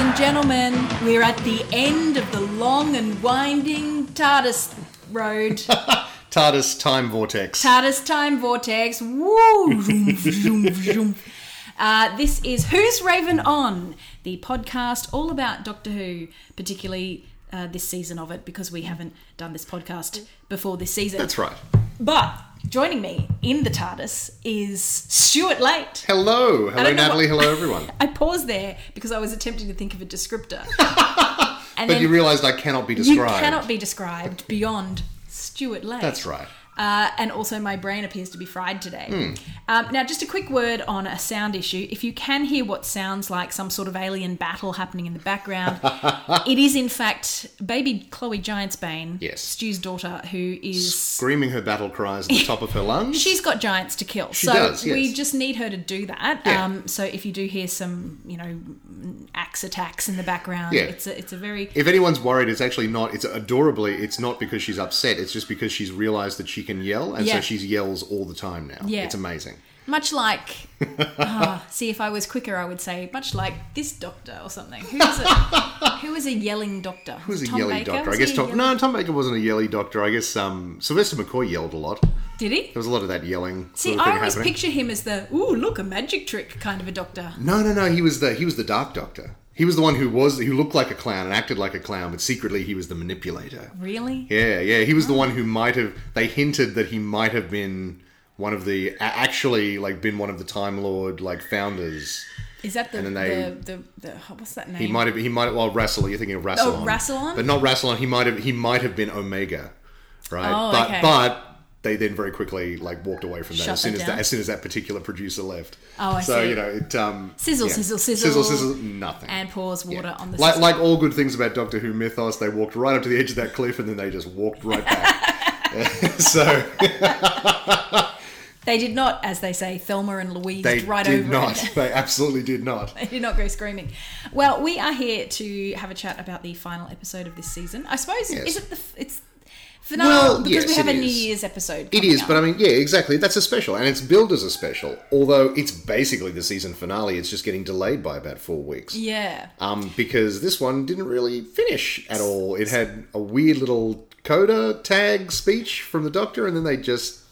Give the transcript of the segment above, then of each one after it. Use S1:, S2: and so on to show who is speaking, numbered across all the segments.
S1: and gentlemen, we're at the end of the long and winding TARDIS road.
S2: TARDIS time vortex.
S1: TARDIS time vortex. Woo! Zoom, zoom, zoom. Uh, this is Who's Raven On, the podcast all about Doctor Who, particularly uh, this season of it, because we haven't done this podcast before this season.
S2: That's right.
S1: But joining me in the TARDIS is Stuart Late.
S2: Hello, hello
S1: don't know
S2: Natalie,
S1: what-
S2: hello everyone.
S1: I paused there because I was attempting to think of a descriptor. and
S2: But
S1: then
S2: you realised I cannot be
S1: you
S2: described.
S1: cannot be described beyond Stuart Lake.
S2: That's right. Hmm.
S1: Uh, and also, my brain appears to be fried today. Um, now, just a quick word on a sound issue. If you can hear what sounds like some sort of alien battle happening in the background, it is in fact baby Chloe Giantsbane,
S2: Yes.
S1: Stu's daughter, who is.
S2: Screaming her battle cries at the top of her lungs.
S1: She's got giants to kill, so
S2: does,
S1: we
S2: yes.
S1: just need her to do that.
S2: Yeah.
S1: Um, so if you do hear some, you know, axe attacks in the background,
S2: Yeah.
S1: it's a it's a very
S2: if anyone's worried, it's actually not. It's adorably. It's not because she's upset. It's just because she's realised that she can yell, and
S1: Yeah.
S2: so she yells all the time now.
S1: Yeah.
S2: It's amazing.
S1: Much like, Ah, see, if I was quicker, I would say much like this doctor or something. Who was a, who was a yelling doctor?
S2: Who was a yelly doctor? I guess Tom.
S1: Tom.
S2: No, Tom Baker wasn't a yelly doctor. I guess um, Sylvester McCoy yelled a lot. There
S1: Did he?
S2: was a lot of that yelling.
S1: See,
S2: sort of thing
S1: I always
S2: happening.
S1: picture him as the ooh, look, a magic trick kind of a doctor.
S2: No, no, no. He was the he was the Dark Doctor. He was the one who was who looked like a clown and acted like a clown, but secretly he was the manipulator.
S1: Really?
S2: Yeah, yeah. He was the one who might have. They hinted that he might have been one of the a- actually like been one of the Time Lord like founders.
S1: Is that the
S2: And then they-
S1: the, the, the what's that name?
S2: He might have. He might. Well, Rassilon. You're thinking
S1: Oh,
S2: of Rassilon.
S1: Rassilon?
S2: But not Rassilon. He might have. He might have been Omega. Right.
S1: Oh,
S2: but
S1: okay.
S2: but. They then very quickly like walked away from that
S1: Shut
S2: as soon
S1: that
S2: as
S1: down.
S2: that, as soon as that particular producer left.
S1: Oh, I
S2: so
S1: see.
S2: you know it um,
S1: Sizzle, sizzle, sizzle.
S2: sizzle, sizzle, nothing.
S1: and pours water on the
S2: like,
S1: system.
S2: like all good things about Doctor Who mythos, they walked right up to the edge of that cliff and then they just walked right back. so
S1: They did not, as they say, Thelma and Louise
S2: they
S1: right
S2: did
S1: over
S2: not.
S1: it.
S2: They absolutely did not.
S1: I did not go screaming. Well, we are here to have a chat about the final episode of this season. I suppose
S2: Yes.
S1: is it the f- it's finale
S2: Well,
S1: because we
S2: yes,
S1: have a
S2: it
S1: New
S2: is.
S1: Year's episode.
S2: It
S1: coming
S2: is,
S1: up.
S2: but I mean, yeah, exactly. That's a special, and it's billed as a special. Although it's basically the season finale, it's just getting delayed by about four weeks.
S1: yeah,
S2: Um, because this one didn't really finish at all. It had a weird little coda tag speech from the Doctor, and then they just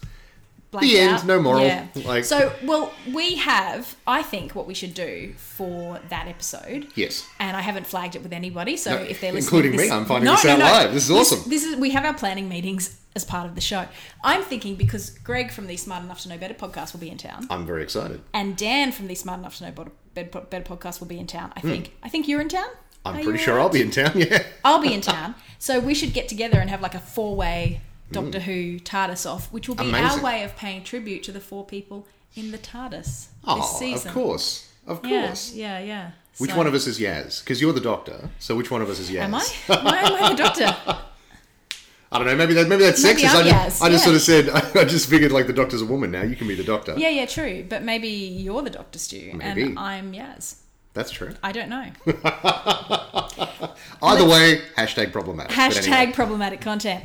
S1: blanked
S2: end,
S1: out.
S2: no moral.
S1: Yeah.
S2: Like-
S1: so, well, we have. I think what we should do for that episode.
S2: yes.
S1: And I haven't flagged it with anybody, so
S2: No,
S1: if they're listening,
S2: including
S1: to this-
S2: me, I'm finding
S1: No,
S2: this
S1: no,
S2: out
S1: no.
S2: live. This is awesome.
S1: This is we have our planning meetings as part of the show. I'm thinking because Greg from the Smart Enough to Know Better podcast will be in town.
S2: I'm very excited.
S1: and Dan from the Smart Enough to Know Bod- Bed- Better podcast will be in town. I
S2: Hmm.
S1: think. I think you're in town.
S2: I'm
S1: Are
S2: pretty
S1: you
S2: sure I'll
S1: around?
S2: be in town. Yeah.
S1: I'll be in town. So we should get together and have like a four way Doctor Who TARDIS off, which will be our
S2: Hmm. Amazing.
S1: way of paying tribute to the four people in the TARDIS this
S2: Oh,
S1: season.
S2: of course, of
S1: Yeah,
S2: course.
S1: yeah, yeah.
S2: Which
S1: So-
S2: one of us is Yaz? Because you're the doctor, so which one of us is Yaz?
S1: Am I? Why am I the Doctor?
S2: I don't know. Maybe that. Maybe that's
S1: Maybe
S2: sexist.
S1: I'm
S2: I just,
S1: Yaz,
S2: I just
S1: yeah.
S2: sort of said. I just figured like the doctor's a woman now. You can be the doctor.
S1: Yeah, yeah, true. But maybe you're the Doctor, Stu,
S2: Maybe.
S1: and I'm Yaz.
S2: That's true.
S1: I don't know.
S2: Either way, hashtag problematic. But
S1: Hashtag
S2: anyway.
S1: problematic content.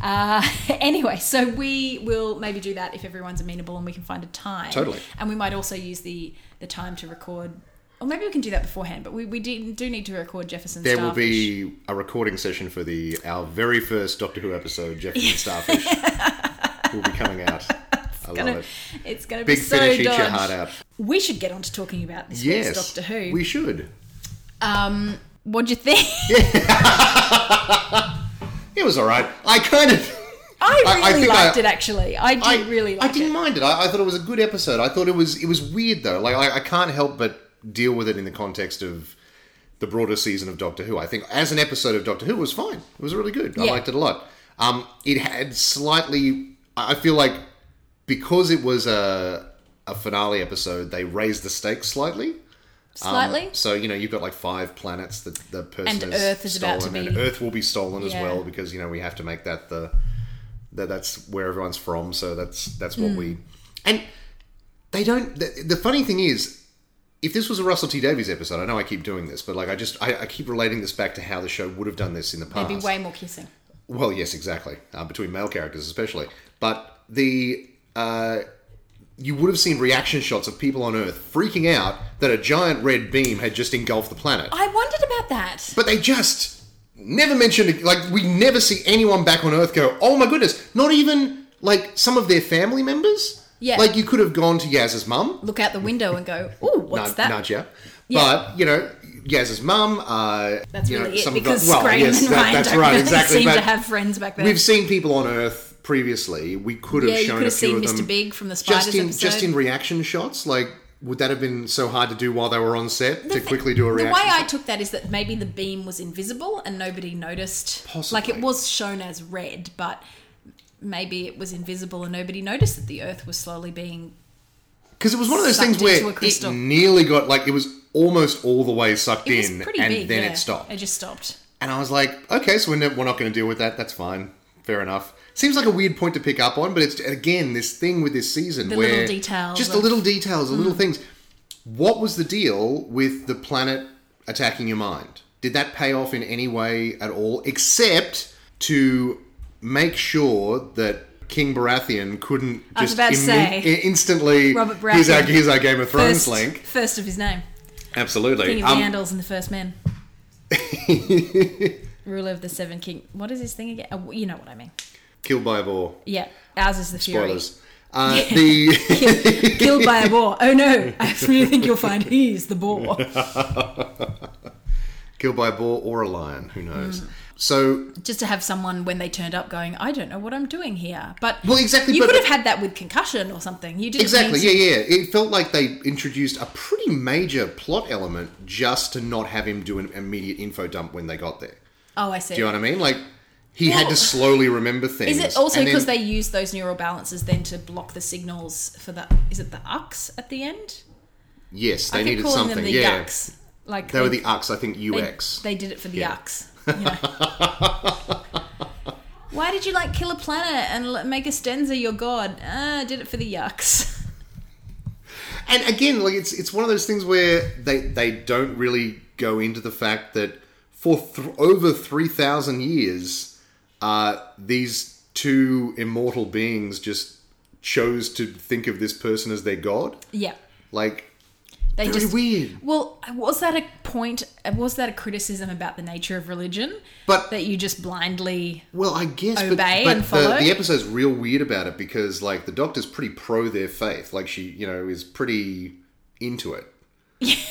S1: Uh, anyway, so we will maybe do that if everyone's amenable and we can find a time.
S2: Totally.
S1: And we might also use the the time to record, or maybe we can do that beforehand. But we, we do, do need to record Jefferson.
S2: There will
S1: Starfish.
S2: be a recording session for the our very first Doctor Who episode, Jeffrey and Starfish, will be coming out. I love
S1: Gonna-
S2: it.
S1: It's going to be
S2: Big
S1: so
S2: finish, eat your
S1: dodged.
S2: heart out.
S1: We should get on to talking about this week's
S2: Yes,
S1: Doctor Who.
S2: We should.
S1: um, what do you think?
S2: It was all right. I kind of.
S1: I
S2: I- I
S1: really
S2: think I-
S1: liked it. Actually, I did really like
S2: I didn't um,
S1: it.
S2: mind it. I, I thought it was a good episode. I thought it was it was weird though. Like I, I can't help but deal with it in the context of the broader season of Doctor Who. I think as an episode of Doctor Who it was fine. It was really good. I
S1: Yeah.
S2: liked it a lot. Um, it had slightly. I I feel like because it was a a finale episode, they raised the stakes slightly. Um,
S1: Slightly.
S2: so you know you've got like five planets that the person
S1: And
S2: has
S1: Earth is
S2: stolen,
S1: about to
S2: and
S1: be-
S2: Earth will be stolen as
S1: Yeah.
S2: well because you know we have to make that the that that's where everyone's from. So that's that's
S1: Hmm.
S2: what we and they don't. The, the funny thing is, if this was a Russell T Davies episode, I know I keep doing this, but like I just I, I keep relating this back to how the show would have done this in the past.
S1: There'd be way more kissing.
S2: Well, yes, exactly. Uh, between male characters, especially. But the uh, you would have seen reaction shots of people on Earth freaking out that a giant red beam had just engulfed the planet.
S1: I wondered about that.
S2: But they just never mentioned it. Like, we never see anyone back on Earth go, oh my goodness, not even, like, some of their family members?
S1: Yeah.
S2: Like, you could have gone to Yaz's mum,
S1: Look out the window and go, "Ooh, what's
S2: Nad-
S1: that?"
S2: Nadja.
S1: Yeah.
S2: But, you know, Yaz's mum, uh,
S1: That's
S2: you know,
S1: really it
S2: some of the-
S1: because
S2: well,
S1: Scram
S2: yes,
S1: and
S2: that-
S1: Ryan
S2: that's
S1: don't
S2: right,
S1: really
S2: exactly,
S1: seem to
S2: but
S1: have friends back then.
S2: We've seen people on Earth previously. We could have
S1: yeah, you
S2: shown
S1: could
S2: a
S1: have
S2: few
S1: seen
S2: of them.
S1: Mr. Big from the Spiders
S2: just in
S1: episode.
S2: just in reaction shots like would that have been so hard to do while they were on set to quickly do a
S1: the way
S2: reaction
S1: I
S2: shot?
S1: took that is that maybe the beam was invisible and nobody noticed.
S2: Possibly.
S1: Like it was shown as red, but maybe it was invisible and nobody noticed that the Earth was slowly being.
S2: because it was one of those
S1: sucked
S2: things
S1: into
S2: where
S1: a
S2: it
S1: crystal.
S2: nearly got like it was almost all the way sucked
S1: It was
S2: in
S1: pretty
S2: and
S1: big.
S2: then
S1: yeah.
S2: it stopped
S1: It just stopped.
S2: and i was like okay so we're, ne- we're not going to deal with that that's fine fair enough seems like a weird point to pick up on but it's again this thing with this season
S1: The
S2: where
S1: little details
S2: just
S1: of- Mm.
S2: the little details the little things what was the deal with the planet attacking your mind? Did that pay off in any way at all, except to make sure that King Baratheon couldn't
S1: I was
S2: just
S1: about to say,
S2: i- instantly?
S1: Robert
S2: Here's our,
S1: Baratheon.
S2: here's our Game of Thrones
S1: First,
S2: link.
S1: first of his name,
S2: Absolutely.
S1: King of
S2: Um,
S1: the Andals and the First Men, ruler of the Seven King. What is his thing again? Uh, you know what I mean.
S2: killed by a boar.
S1: Yeah, ours is the Fury.
S2: Spoilers. Uh, the
S1: Killed by a boar. Oh no! I really think you'll find he's the boar.
S2: killed by a boar or a lion. Who knows?
S1: Mm.
S2: So
S1: just to have someone when they turned up going, I don't know what I'm doing here. But
S2: Well, exactly,
S1: you
S2: but-
S1: could have had that with concussion or something. You didn't
S2: Exactly.
S1: need to-
S2: Yeah, yeah. It felt like they introduced a pretty major plot element just to not have him do an immediate info dump when they got there.
S1: Oh, I see.
S2: Do you know what I mean? Like he had to
S1: Well,
S2: slowly remember
S1: Is
S2: things.
S1: it also
S2: and then-
S1: because they use those neural balances then to block the signals for the? Is it the ux at the end?
S2: yes they
S1: I keep
S2: needed
S1: calling
S2: something?
S1: them the
S2: yeah,
S1: yucks. Like
S2: they were the UX. I think UX.
S1: They, did it for the
S2: Yeah.
S1: yucks. you know. Why did you like kill a planet and l- make Astenza your god? Ah, I did it for the yucks.
S2: and again, like it's it's one of those things where they they don't really go into the fact that for th- over three thousand years, uh, these two immortal beings just chose to think of this person as their god.
S1: Yeah.
S2: Like
S1: They
S2: very
S1: just
S2: weird.
S1: Well, was that a point? Was that a criticism about the nature of religion?
S2: But-
S1: that you just blindly.
S2: Well, I guess, but,
S1: Obey
S2: but
S1: and
S2: the,
S1: follow?
S2: the episode's real weird about it because like the doctor's pretty pro their faith. Like she, you know, is pretty into it.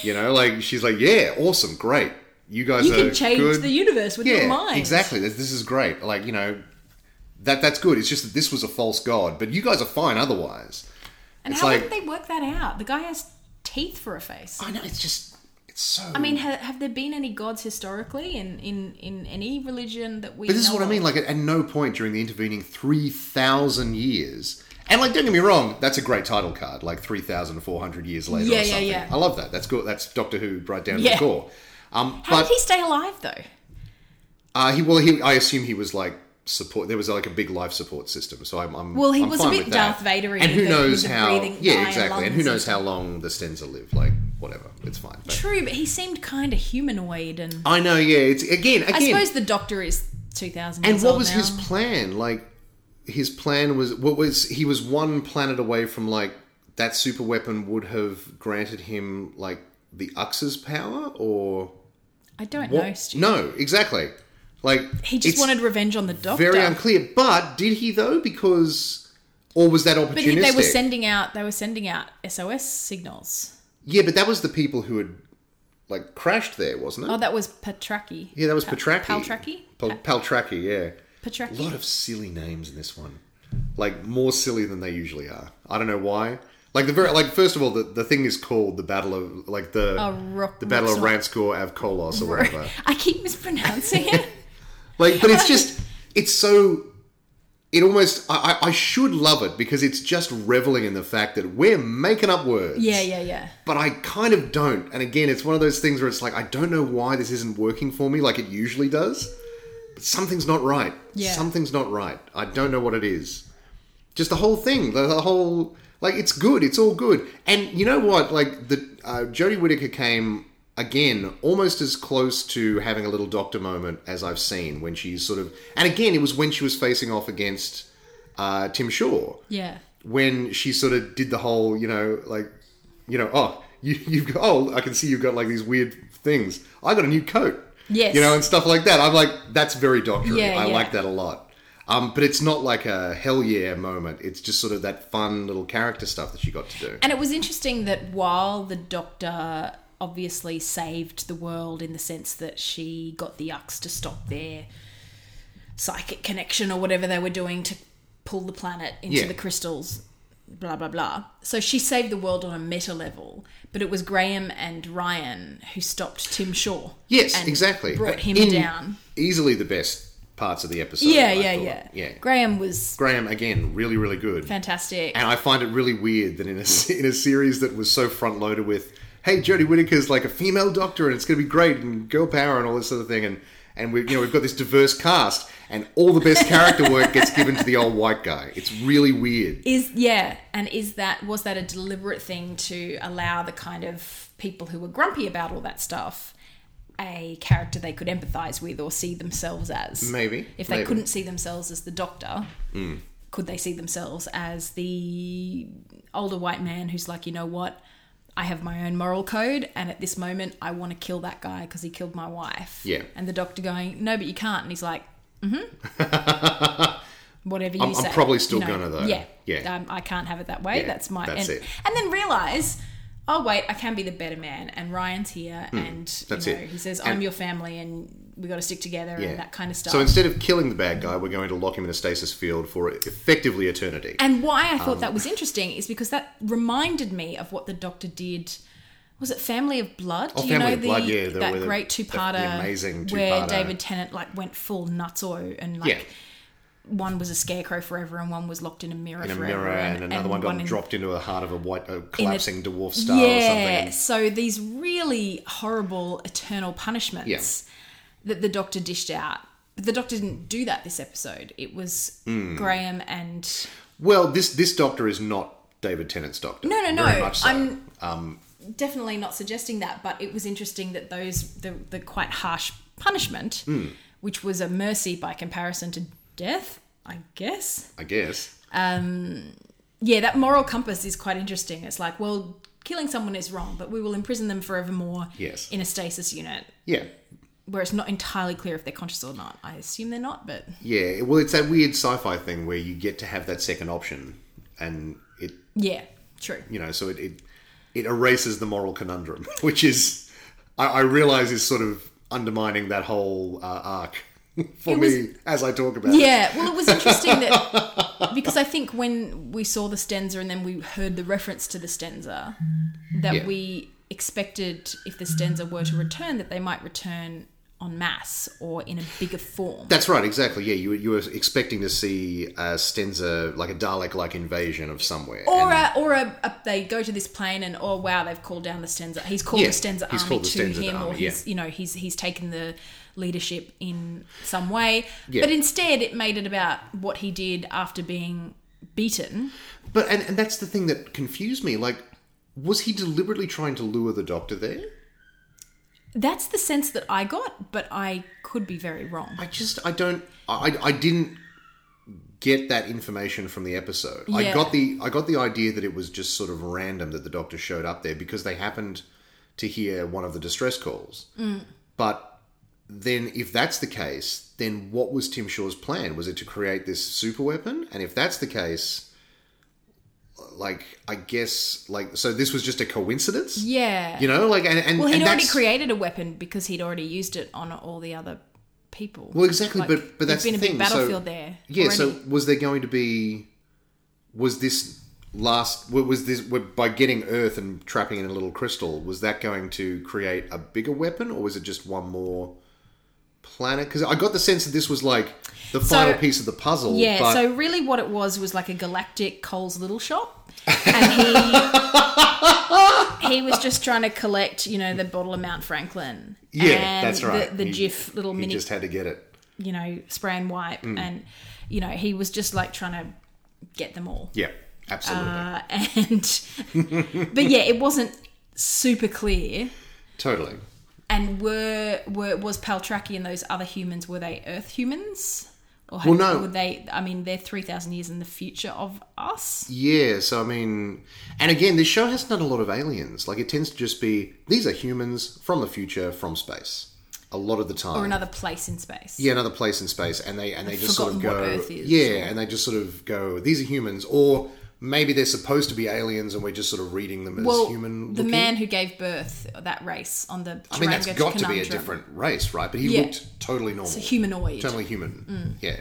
S2: you know, like she's like, yeah, awesome, great. You guys
S1: You
S2: are
S1: can change
S2: good.
S1: the universe with
S2: yeah,
S1: your mind.
S2: exactly. This, this is great. Like you know, that that's good. It's just that this was a false god, but you guys are fine otherwise.
S1: And
S2: it's
S1: how
S2: like
S1: did they work that out? The guy has teeth for a face.
S2: I know it's just it's so.
S1: I mean, ha- have there been any gods historically in in in any religion that we?
S2: But this is
S1: know
S2: what I
S1: of?
S2: mean. Like, at, at no point during the intervening three thousand years, and like, don't get me wrong, that's a great title card. Like three thousand four hundred years later,
S1: Yeah,
S2: or
S1: yeah,
S2: something.
S1: yeah.
S2: I love that. That's good. That's Doctor Who right down to
S1: Yeah.
S2: the core. Um,
S1: how
S2: but
S1: did he stay alive though?
S2: uh, he, well, he, I assume he was like support. There was like a big life support system. So I'm, I'm
S1: Well, he
S2: I'm
S1: was a
S2: fine
S1: bit
S2: with that.
S1: Darth Vader-y
S2: and who
S1: with the- with
S2: knows
S1: the
S2: how?
S1: breathing eye
S2: Yeah,
S1: and
S2: exactly. And who
S1: lungs
S2: knows
S1: and
S2: how long the Stenza live? Like, whatever. It's fine. But-
S1: True, but he seemed kind of humanoid, and
S2: I know. Yeah. It's again. Again.
S1: I suppose the Doctor is two thousand.
S2: And what was his plan? Like his plan was what was he was one planet away from like that super weapon would have granted him like the Ux's power or
S1: I don't
S2: what?
S1: know. Stu.
S2: no, exactly. Like
S1: He just
S2: it's
S1: wanted revenge on the Doctor.
S2: very unclear. But did he though? Because or was that
S1: But
S2: opportunistic?
S1: he, they were sending out they were sending out SOS signals.
S2: yeah, but that was the people who had like crashed there, wasn't it?
S1: Oh, that was Patraki.
S2: yeah, that was
S1: Pa-
S2: Patraki.
S1: Paltraki.
S2: Pal- Paltraki. Yeah.
S1: Patraki.
S2: A lot of silly names in this one. Like more silly than they usually are. I don't know why. Like the very like first of all the, the thing is called the Battle of like the
S1: Oh, Ro-
S2: the Battle of
S1: Roxnor.
S2: Ranskor Avkolos or whatever.
S1: I keep mispronouncing it.
S2: like but it's just it's so it almost I, I I should love it because it's just reveling in the fact that we're making up words.
S1: yeah, yeah, yeah.
S2: But I kind of don't. And again, it's one of those things where it's like I don't know why this isn't working for me like it usually does. But something's not right.
S1: Yeah.
S2: Something's not right. I don't know what it is. Just the whole thing, the, the whole like it's good. It's all good. And you know what? Like the uh, Jodie Whittaker came again almost as close to having a little doctor moment as I've seen when she's sort of. And again, it was when she was facing off against uh, Tim Shaw
S1: Yeah.
S2: when she sort of did the whole, you know, like, you know, oh, you, you've got, oh, I can see you've got like these weird things. I got a new coat.
S1: Yes.
S2: You know, and stuff like that. I'm like, that's very doctoral.
S1: Yeah,
S2: I
S1: yeah.
S2: like that a lot. Um, but it's not like a hell yeah moment. It's just sort of that fun little character stuff that she got to do.
S1: And it was interesting that while the doctor obviously saved the world in the sense that she got the Yucks to stop their psychic connection or whatever they were doing to pull the planet into
S2: Yeah.
S1: the crystals, blah, blah, blah. So she saved the world on a meta level, but it was Graham and Ryan who stopped Tim Shaw.
S2: Yes,
S1: and
S2: exactly.
S1: Brought him
S2: In
S1: down.
S2: Easily the best parts of the episode.
S1: Yeah,
S2: I
S1: yeah,
S2: thought.
S1: yeah,
S2: Yeah.
S1: Graham was
S2: Graham again, really, really good.
S1: fantastic.
S2: And I find it really weird that in a in a series that was so front loaded with, hey, Jodie Whittaker's like a female doctor and it's going to be great and girl power and all this sort of thing, and and we you know we've got this diverse cast and all the best character work gets given to the old white guy. It's really weird.
S1: Is yeah, and is that was that a deliberate thing to allow the kind of people who were grumpy about all that stuff a character they could empathize with or see themselves as?
S2: Maybe,
S1: If they
S2: maybe. Hmm.
S1: couldn't see themselves as the doctor, could they see themselves as the older white man who's like, you know what? I have my own moral code, and at this moment, I want to kill that guy because he killed my wife.
S2: Yeah.
S1: And the doctor going, no, but you can't. And he's like, mm-hmm. Whatever you
S2: I'm- I'm
S1: say.
S2: probably still
S1: you know.
S2: gonna, though.
S1: Yeah.
S2: Yeah.
S1: Um, I can't have it that way.
S2: Yeah,
S1: That's my.
S2: that's
S1: and,
S2: it.
S1: and then realize, oh wait, I can be the better man. And Ryan's here, and
S2: Hmm. that's
S1: you know,
S2: it.
S1: he says,
S2: And-
S1: "I'm your family, and we got to stick together,"
S2: Yeah.
S1: and that kind of stuff.
S2: So instead of killing the bad guy, we're going to lock him in a stasis field for effectively eternity.
S1: And why I thought
S2: Um,
S1: that was interesting is because that reminded me of what the Doctor did. Was it Family of Blood? Do
S2: Oh, Family of Blood, yeah, the-
S1: that
S2: with the-
S1: great
S2: the- the
S1: two-parter,
S2: amazing
S1: where
S2: two-parter.
S1: David Tennant like went full nutso and like
S2: yeah,
S1: one was a scarecrow forever and one was locked in a mirror
S2: in a
S1: forever
S2: mirror, and, another one got
S1: in-
S2: dropped into the heart of a white a collapsing dwarf star or
S1: yeah,
S2: something.
S1: so these really horrible eternal punishments that the doctor dished out. But the doctor didn't do that this episode. It was
S2: Hmm.
S1: Graham and
S2: Well, this this doctor is not David Tennant's doctor.
S1: No, no, no.
S2: Very much so.
S1: I'm definitely not suggesting that, but it was interesting that those the the quite harsh punishment, which was a mercy by comparison to death, I guess.
S2: I guess.
S1: Yeah, that moral compass is quite interesting. It's like, well, killing someone is wrong, but we will imprison them forevermore
S2: Yes.
S1: in a stasis unit.
S2: Yeah.
S1: Where it's not entirely clear if they're conscious or not. I assume they're not, but
S2: Yeah. Well, it's that weird sci-fi thing where you get to have that second option, and it
S1: yeah, true.
S2: you know so it it, it erases the moral conundrum, which is I, I realize is sort of undermining that whole uh, arc for
S1: It was-
S2: me as I talk about it.
S1: Yeah, well, it was interesting that because I think when we saw the stanza and then we heard the reference to the stanza, that
S2: Yeah.
S1: we expected if the stanza were to return, that they might return en masse or in a bigger form.
S2: That's right, exactly. Yeah, you, were- you were expecting to see a Stenza, like a Dalek like invasion of somewhere.
S1: or
S2: and-
S1: a, or a, a, they go to this plane and oh wow they've called down the Stenza he's called
S2: Yeah,
S1: the Stenza
S2: he's
S1: army
S2: called the
S1: to
S2: Stenza
S1: him or
S2: army,
S1: he's you know he's he's taken the leadership in some way
S2: Yeah.
S1: but instead it made it about what he did after being beaten
S2: But and, and that's the thing that confused me. Like, was he deliberately trying to lure the doctor there?
S1: That's the sense that I got, but I could be very wrong.
S2: I just I don't I I didn't get that information from the episode. I
S1: Yeah.
S2: got the I got the idea that it was just sort of random that the doctor showed up there because they happened to hear one of the distress calls.
S1: Mm.
S2: But then if that's the case, then what was Tim Shaw's plan? Was it to create this super weapon? And if that's the case, like I guess like so this was just a coincidence?
S1: Yeah.
S2: You know, like and, and
S1: well, he'd
S2: and
S1: already
S2: that's-
S1: created a weapon because he'd already used it on all the other people.
S2: Well, exactly,
S1: Like,
S2: but but that's
S1: there's been
S2: the
S1: a big
S2: thing.
S1: battlefield
S2: so,
S1: there.
S2: Yeah. So
S1: already.
S2: was there going to be? Was this last? wa- Was this wa- by getting Earth and trapping it in a little crystal? Was that going to create a bigger weapon, or was it just one more planet? Because I got the sense that this was like the final piece of the puzzle.
S1: yeah.
S2: but
S1: So really, what it was was like a galactic Cole's Little Shop, and he he was just trying to collect, you know, the bottle of Mount Franklin.
S2: yeah,
S1: and
S2: that's right.
S1: The, the
S2: He-
S1: GIF little
S2: He
S1: mini
S2: just Mm. had to get it.
S1: you know, spray and wipe. And, you know, he was just like trying to get them all.
S2: Yeah, absolutely,
S1: Uh, and, but yeah, it wasn't super clear.
S2: totally.
S1: And were, were, was Paltraki and those other humans, were they Earth humans? Or
S2: Well, no.
S1: would they? I mean, they're three thousand years in the future of us.
S2: Yeah, so I mean, and again, this show hasn't done a lot of aliens. Like, it tends to just be these are humans from the future, from space, a lot of the time,
S1: Or another place in space.
S2: yeah, another place in space, and they and they just sort of go,
S1: forgotten what Earth is,
S2: yeah, and they just sort of go, these are humans, or maybe they're supposed to be aliens, and we're just sort of reading them as
S1: Well,
S2: human.
S1: the
S2: looking.
S1: man who gave birth that race on the
S2: I mean, that's
S1: Tarango
S2: got to be a
S1: Conundrum.
S2: different race, right? But he
S1: Yeah.
S2: looked totally normal,
S1: It's a Mm. humanoid.
S2: totally human, yeah.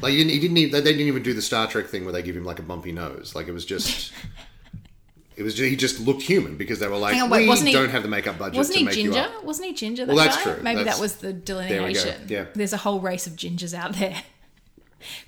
S2: Like he didn't, he didn't even they didn't even do the Star Trek thing where they give him like a bumpy nose. Like it was just. It was he just looked human because they were like
S1: Hang on, wait,
S2: we
S1: wasn't he-
S2: don't have the makeup budget
S1: Wasn't
S2: to
S1: he
S2: make you
S1: ginger?
S2: up.
S1: Wasn't he ginger? That
S2: Well, that's
S1: guy?
S2: true.
S1: Maybe
S2: That's-
S1: that was the
S2: we go.
S1: delineation.
S2: Yeah.
S1: There's a whole race of gingers out there.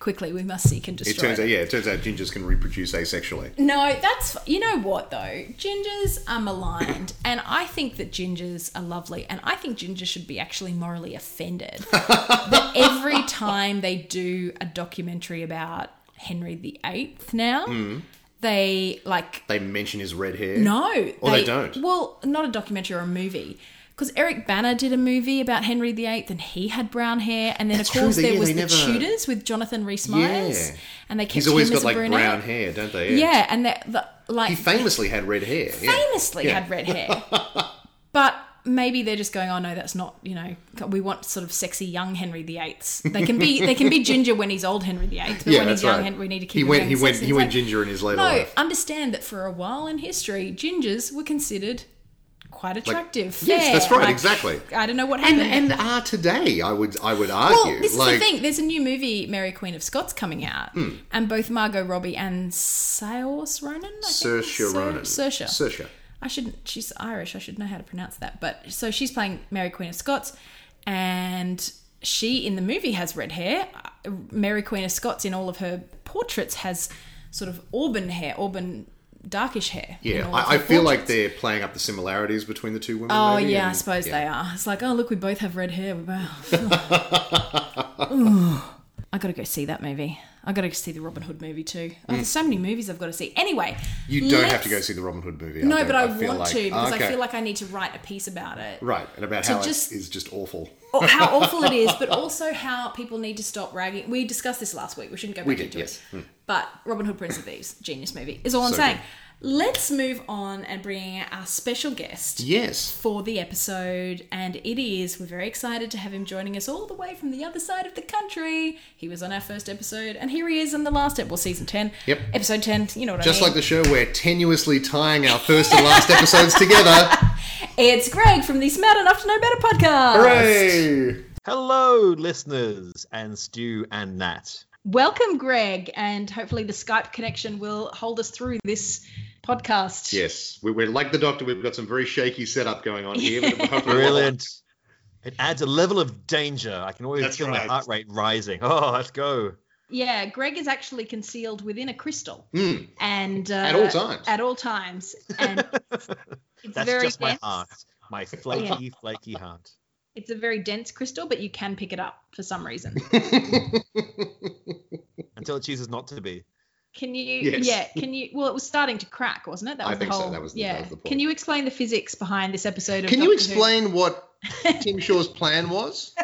S1: Quickly, we must seek and
S2: It
S1: destroy.
S2: turns out
S1: them.
S2: yeah, it turns out gingers can reproduce asexually.
S1: No, that's you know what though. Gingers are maligned, and I think that gingers are lovely, and I think gingers should be actually morally offended that every time they do a documentary about Henry VIII now,
S2: Hmm.
S1: they like
S2: They mention his red hair.
S1: no,
S2: Or they don't.
S1: Well, not a documentary or a movie. Because Eric Banner did a movie about Henry VIII, and he had brown hair, and then
S2: That's
S1: of
S2: true,
S1: course
S2: they-
S1: there
S2: yeah,
S1: was
S2: they
S1: the
S2: never-
S1: Tudors with Jonathan Rhys-Myers,
S2: Yeah.
S1: and they kept
S2: He's always
S1: him
S2: got
S1: as a
S2: like
S1: brunette.
S2: brown hair, don't they?
S1: Yeah, and the, the like
S2: He famously had red hair. yeah.
S1: famously
S2: Yeah.
S1: had red hair. but maybe they're just going, oh no, that's not. You know, we want sort of sexy young Henry VIII. They can be they can be ginger when he's old Henry VIII, but
S2: Yeah,
S1: when
S2: that's
S1: he's young,
S2: right.
S1: Hen- we need to keep.
S2: He
S1: him
S2: went.
S1: young
S2: He
S1: and
S2: went.
S1: sexy.
S2: He
S1: It's
S2: went
S1: like,
S2: ginger in his later
S1: No,
S2: life.
S1: understand that for a while in history, gingers were considered quite attractive.
S2: yes,
S1: fair,
S2: that's right,
S1: like,
S2: exactly.
S1: I don't know what
S2: And
S1: happened.
S2: and are today? I would. I would
S1: well,
S2: argue.
S1: this
S2: like, Hmm.
S1: is the thing. There's a new movie, Mary Queen of Scots, coming out, and both Margot Robbie and Saoirse Ronan, I think,
S2: Saoirse
S1: Sir-
S2: Ronan.
S1: Saoirse.
S2: Saoirse.
S1: I shouldn't. She's Irish. I should know how to pronounce that. But so she's playing Mary Queen of Scots, and she in the movie has red hair. Uh, Mary Queen of Scots in all of her portraits has sort of auburn hair, auburn darkish hair. in
S2: Yeah,
S1: all of
S2: I, I
S1: her
S2: feel like
S1: portraits.
S2: they're playing up the similarities between the two women.
S1: Oh
S2: maybe,
S1: yeah,
S2: and-
S1: I suppose
S2: yeah.
S1: they are. It's like, oh look, we both have red hair. We're both. I got to go see that movie. I got to see the Robin Hood movie too. Oh, There's so many movies I've got to see. Anyway,
S2: Mm. You don't have
S1: let's-
S2: to go see the Robin Hood movie.
S1: No,
S2: don't-
S1: but I,
S2: feel
S1: want
S2: like-
S1: to because
S2: okay.
S1: I feel like I need to write a piece about it.
S2: right and about
S1: to
S2: how
S1: just-
S2: it is just awful.
S1: Or how awful it is, but also how people need to stop ragging. We discussed this last week. We shouldn't go back
S2: did,
S1: into
S2: yes. Hmm.
S1: it. But Robin Hood, Prince of Thieves, genius movie, is all I'm
S2: So
S1: saying. Let's move on and bring out our special guest
S2: Yes.
S1: for the episode, and it is. We're very excited to have him joining us all the way from the other side of the country. He was on our first episode, and here he is in the last episode, well, season ten.
S2: Yep.
S1: Episode ten. You know what
S2: Just
S1: I
S2: like
S1: mean?
S2: the show, we're tenuously tying our first and last episodes together.
S1: it's Greg from the Smart Enough to Know Better podcast.
S2: Hooray!
S3: Hello, listeners, and Stu and Nat.
S1: Welcome, Greg, and hopefully the Skype connection will hold us through this podcast.
S2: Yes, we- we're like the Doctor. We've got some very shaky setup going on here. But hopefully we'll-
S3: Brilliant. It adds a level of danger. I can always
S2: That's
S3: feel
S2: right.
S3: my heart rate rising. Oh, let's go.
S1: Yeah, Greg is actually concealed within a crystal,
S2: Mm,
S1: and uh,
S2: At all times.
S1: At all times, and it's
S3: That's
S1: very
S3: just my
S1: dense.
S3: heart. My flaky, flaky heart.
S1: It's a very dense crystal, but you can pick it up for some reason.
S3: Until it chooses not to be.
S1: Can you?
S2: Yes.
S1: Yeah. Can you? Well, it was starting to crack, wasn't it? That
S2: I
S1: was the
S2: think so,
S1: whole.
S2: that was the-
S1: yeah.
S2: that was the point.
S1: Can you explain the physics behind this episode? Of
S2: Can you
S1: Doctor Who?
S2: explain what Tim Shaw's plan was?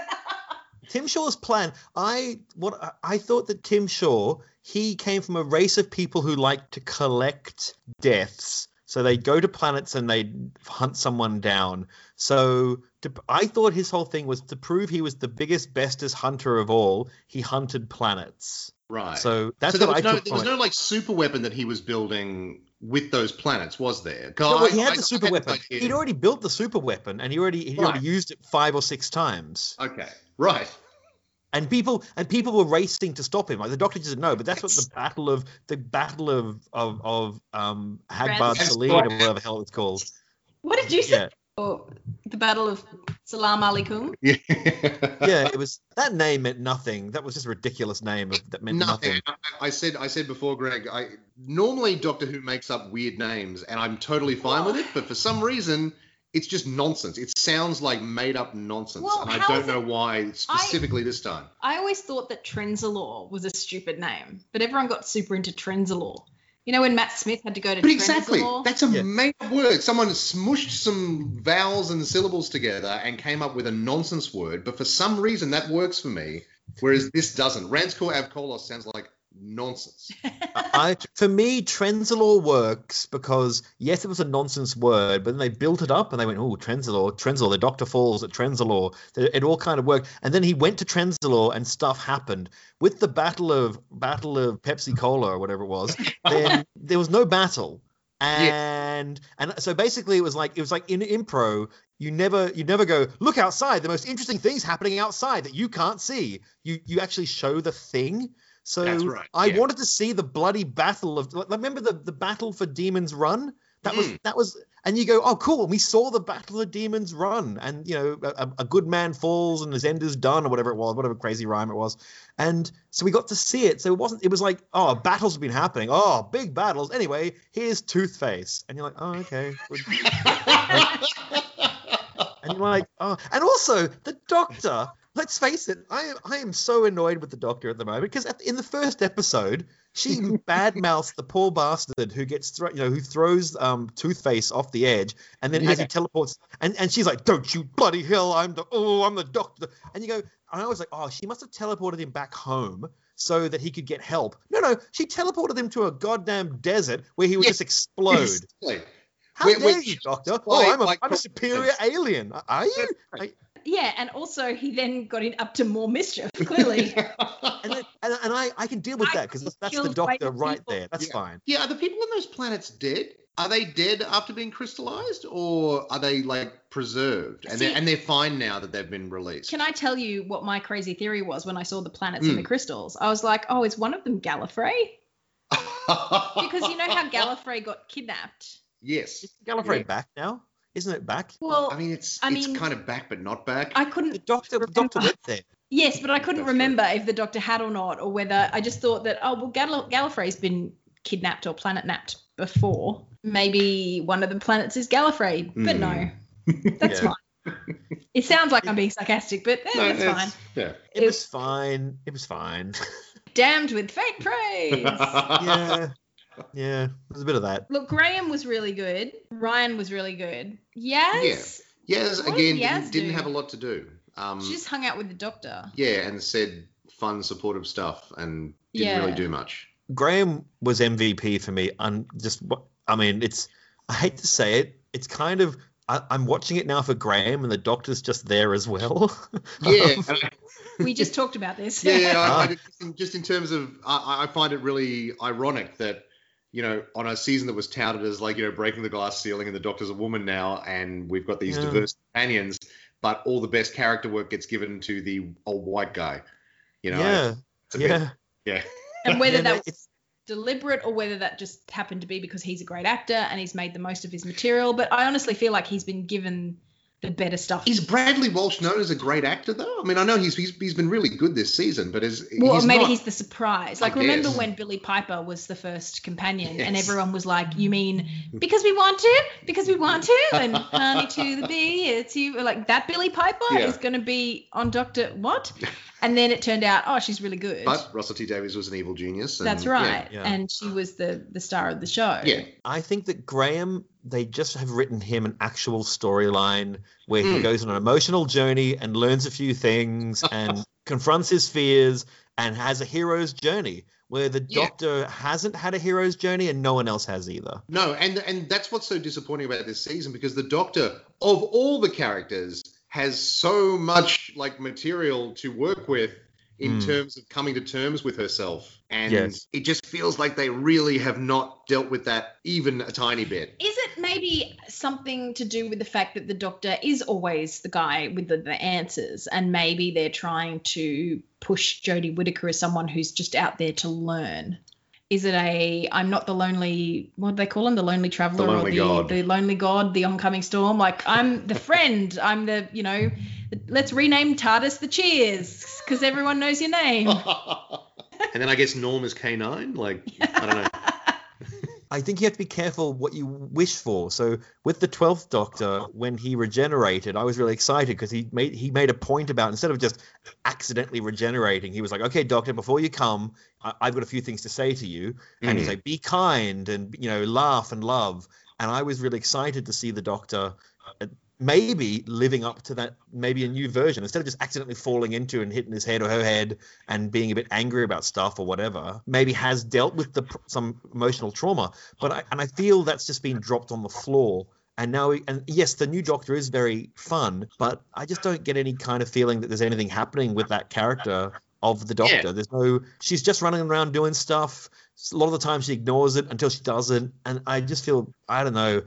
S3: Tim Shaw's plan. I what I- I thought that Tim Shaw he came from a race of people who like to collect deaths. So they go to planets and they hunt someone down. So to, I thought his whole thing was to prove he was the biggest, bestest hunter of all. He hunted planets.
S2: Right.
S3: So that's
S2: so there
S3: what I
S2: was, no,
S3: took
S2: there was
S3: from it.
S2: no like super weapon that he was building with those planets, was there? 'Cause
S3: No,
S2: I-
S3: well, he
S2: I-
S3: had
S2: I
S3: the super
S2: no
S3: weapon.
S2: idea.
S3: He'd already built the super weapon, and he already he would already
S2: Right.
S3: used it five or six times.
S2: Okay, right.
S3: and people and people were racing to stop him. Like the doctor doesn't know, but that's what the battle of the battle of of of um Hagbard
S2: Yes.
S3: Salid or whatever the hell it's called.
S1: What did you say?
S3: Yeah,
S1: Oh, the Battle of Salam Alaikum.
S2: Yeah.
S3: yeah, it was that name meant nothing. That was just a ridiculous name of, that meant nothing.
S2: Nothing. I- I said. I said before, Greg. I normally Doctor Who makes up weird names, and I'm totally fine with it. But for some reason, it's just nonsense. It sounds like made up nonsense,
S1: Well,
S2: and I
S1: how
S2: don't
S1: is
S2: know why specifically this time.
S1: I always thought that Trenzalore was a stupid name, but everyone got super into Trenzalore. You know when Matt Smith had to go to
S2: But exactly,
S1: Trenzalore?
S2: that's a
S3: Yeah.
S2: made-up word. Someone smushed some vowels and syllables together and came up with a nonsense word. But for some reason, that works for me. Whereas this doesn't. Ranskor Avkolos sounds like nonsense.
S3: I, for me, Trenzalore works because yes, it was a nonsense word, but then they built it up and they went, "Oh, Trenzalore, Trenzalore." The Doctor falls at Trenzalore. It it all kind of worked, and then he went to Trenzalore, and stuff happened with the battle of battle of Pepsi
S2: Mm.
S3: Cola or whatever it was. Then there was no battle, and and so basically it was like it was like in impro. You never you never go look outside. The most interesting things happening outside that you can't see. You you actually show the thing. So
S2: That's right,
S3: I
S2: yeah.
S3: wanted to see the bloody battle of like, remember the, the battle for Demon's Run? That was
S2: Mm.
S3: that was and you go, oh cool, we saw the battle of Demon's Run, and you know a, a- a good man falls and his end is done or whatever it was, whatever crazy rhyme it was, and so we got to see it. So it wasn't it was like oh battles have been happening, oh big battles. Anyway, here's Toothface, and you're like oh okay, Good. and you're like oh, and also the Doctor. Let's face it, I I am so annoyed with the Doctor at the moment because in the first episode she badmouths the poor bastard who gets thro- you know who throws um Toothface off the edge, and then as he
S2: Yeah.
S3: teleports, and, and she's like, "Don't you bloody hell! I'm the oh, I'm the doctor." And you go, and I was like, "Oh, she must have teleported him back home so that he could get help." No, no, she teleported him to a goddamn desert where he would
S2: Yes.
S3: just explode.
S2: Exactly.
S3: How
S2: Where-
S3: dare
S2: where
S3: you,
S2: she
S3: Doctor?
S2: explode
S3: Oh, I'm a,
S2: like
S3: am a
S2: Doctor
S3: superior
S2: Who.
S3: alien. Are you?
S1: Yeah, and also he then got in up to more mischief, clearly.
S3: And, then, and, and I, I can deal with
S1: I
S3: that because that's the
S1: killed
S3: Doctor
S1: by the
S3: right
S1: people.
S3: there. That's
S2: Yeah.
S3: fine.
S2: yeah, are the people on those planets dead? Are they dead after being crystallized, or are they like preserved and
S1: See-
S2: they're, and they're fine now that they've been released?
S1: Can I tell you what my crazy theory was when I saw the planets and the
S2: Mm.
S1: crystals? I was like, oh, is one of them Gallifrey? Because you know how Gallifrey got kidnapped?
S2: yes,
S3: Is Gallifrey
S2: Yeah.
S3: back now? Isn't it back?
S1: Well,
S2: I mean it's
S1: I
S2: it's
S1: mean-
S2: kind of back but not back.
S1: I
S3: The
S1: couldn't.
S3: Doctor, the
S1: Remember-
S3: Doctor went there.
S1: Yes, but I couldn't
S2: That's
S1: remember if the doctor had or not, or whether I just thought that, oh, well, Gal- Gallifrey's been kidnapped or planet napped before. Maybe one of the planets is Gallifrey, but
S2: Hmm.
S1: no, that's
S3: Yeah.
S1: fine. It sounds like I'm being sarcastic, but eh,
S2: No,
S1: that's
S2: it's-
S1: fine.
S2: Yeah.
S3: It
S1: It-
S3: was fine. It was fine.
S1: Damned with faint praise.
S3: yeah, yeah. There's a bit of that.
S1: Look, Graham was really good. Ryan was really good. Yes.
S2: Yes,
S1: What did
S2: again,
S1: Yaz
S2: didn't, didn't
S1: do?
S2: have a lot to do. Um,
S1: She just hung out with the doctor.
S2: yeah, and said fun, supportive stuff, and didn't
S1: Yeah.
S2: really do much.
S3: Graham was MVP for me. And just, wa- I mean, it's, I hate to say it, it's kind of, I, I'm watching it now for Graham, and the doctor's just there as well.
S2: Yeah, and I-
S1: We just talked about this.
S2: yeah, yeah. I, I
S3: Ah.
S2: just, in, just in terms of, I, I- I find it really ironic that you know on a season that was touted as like you know breaking the glass ceiling, and the Doctor's a woman now, and we've got these
S3: Yeah.
S2: diverse companions, but all the best character work gets given to the old white guy. You know,
S3: yeah,
S2: it's a bit-
S3: yeah.
S1: and whether
S3: Yeah,
S1: that
S3: no,
S1: was
S3: it's-
S1: deliberate or whether that just happened to be because he's a great actor and he's made the most of his material. But I honestly feel like he's been given the better stuff.
S2: Is Bradley Walsh known as a great actor though? I mean, I know he's he's, he's been really good this season, but is
S1: well,
S2: he's
S1: maybe
S2: not-
S1: he's the surprise.
S2: I
S1: Like, remember
S2: guess.
S1: when Billy Piper was the first companion, and
S2: Yes.
S1: everyone was like, "You mean because we want to? Because we want to?" And honey to the bee, it's you. Like that Billy Piper
S2: Yeah.
S1: is going to be on Doctor What? And then it turned out, oh, she's really good.
S2: But Russell T Davies was an evil genius. and-
S1: That's right.
S3: Yeah.
S1: And she was the the star of the show.
S2: Yeah.
S3: I think that Graham, they just have written him an actual storyline where he
S2: Mm.
S3: goes on an emotional journey and learns a few things and confronts his fears and has a hero's journey where the
S2: Yeah.
S3: doctor hasn't had a hero's journey and no one else has either.
S2: No, and and that's what's so disappointing about this season because the Doctor, of all the characters, has so much like material to work with in
S3: Mm.
S2: terms of coming to terms with herself, and
S3: Yes.
S2: it just feels like they really have not dealt with that even a tiny bit.
S1: Is it maybe something to do with the fact that the doctor is always the guy with the, the answers, and maybe they're trying to push Jodie Whittaker as someone who's just out there to learn? Is it a I'm not the lonely what do they call him the lonely traveler
S2: lonely
S1: or the,
S2: god.
S1: the lonely god the oncoming storm like I'm the friend I'm the you know the, let's rename TARDIS the Cheers because everyone knows your name.
S2: Oh, and then I guess Norm is K nine. Like I don't know.
S3: I think you have to be careful what you wish for. So with the twelfth Doctor, when he regenerated, I was really excited because he made he made a point about instead of just accidentally regenerating, he was like, "Okay, Doctor, before you come, I, I've got a few things to say to you." And
S2: Hmm.
S3: he's like, "Be kind and you know, laugh and love." And I was really excited to see the Doctor uh, maybe living up to that, maybe a new version instead of just accidentally falling into and hitting his head or her head and being a bit angry about stuff or whatever. Maybe has dealt with the pr- some emotional trauma, but I, and I feel that's just been dropped on the floor. And now, we, and yes, the new Doctor is very fun, but I just don't get any kind of feeling that there's anything happening with that character of the Doctor.
S2: Yeah.
S3: There's no, she's just running around doing stuff. A lot of the time, she ignores it until she doesn't, and I just feel, I don't know,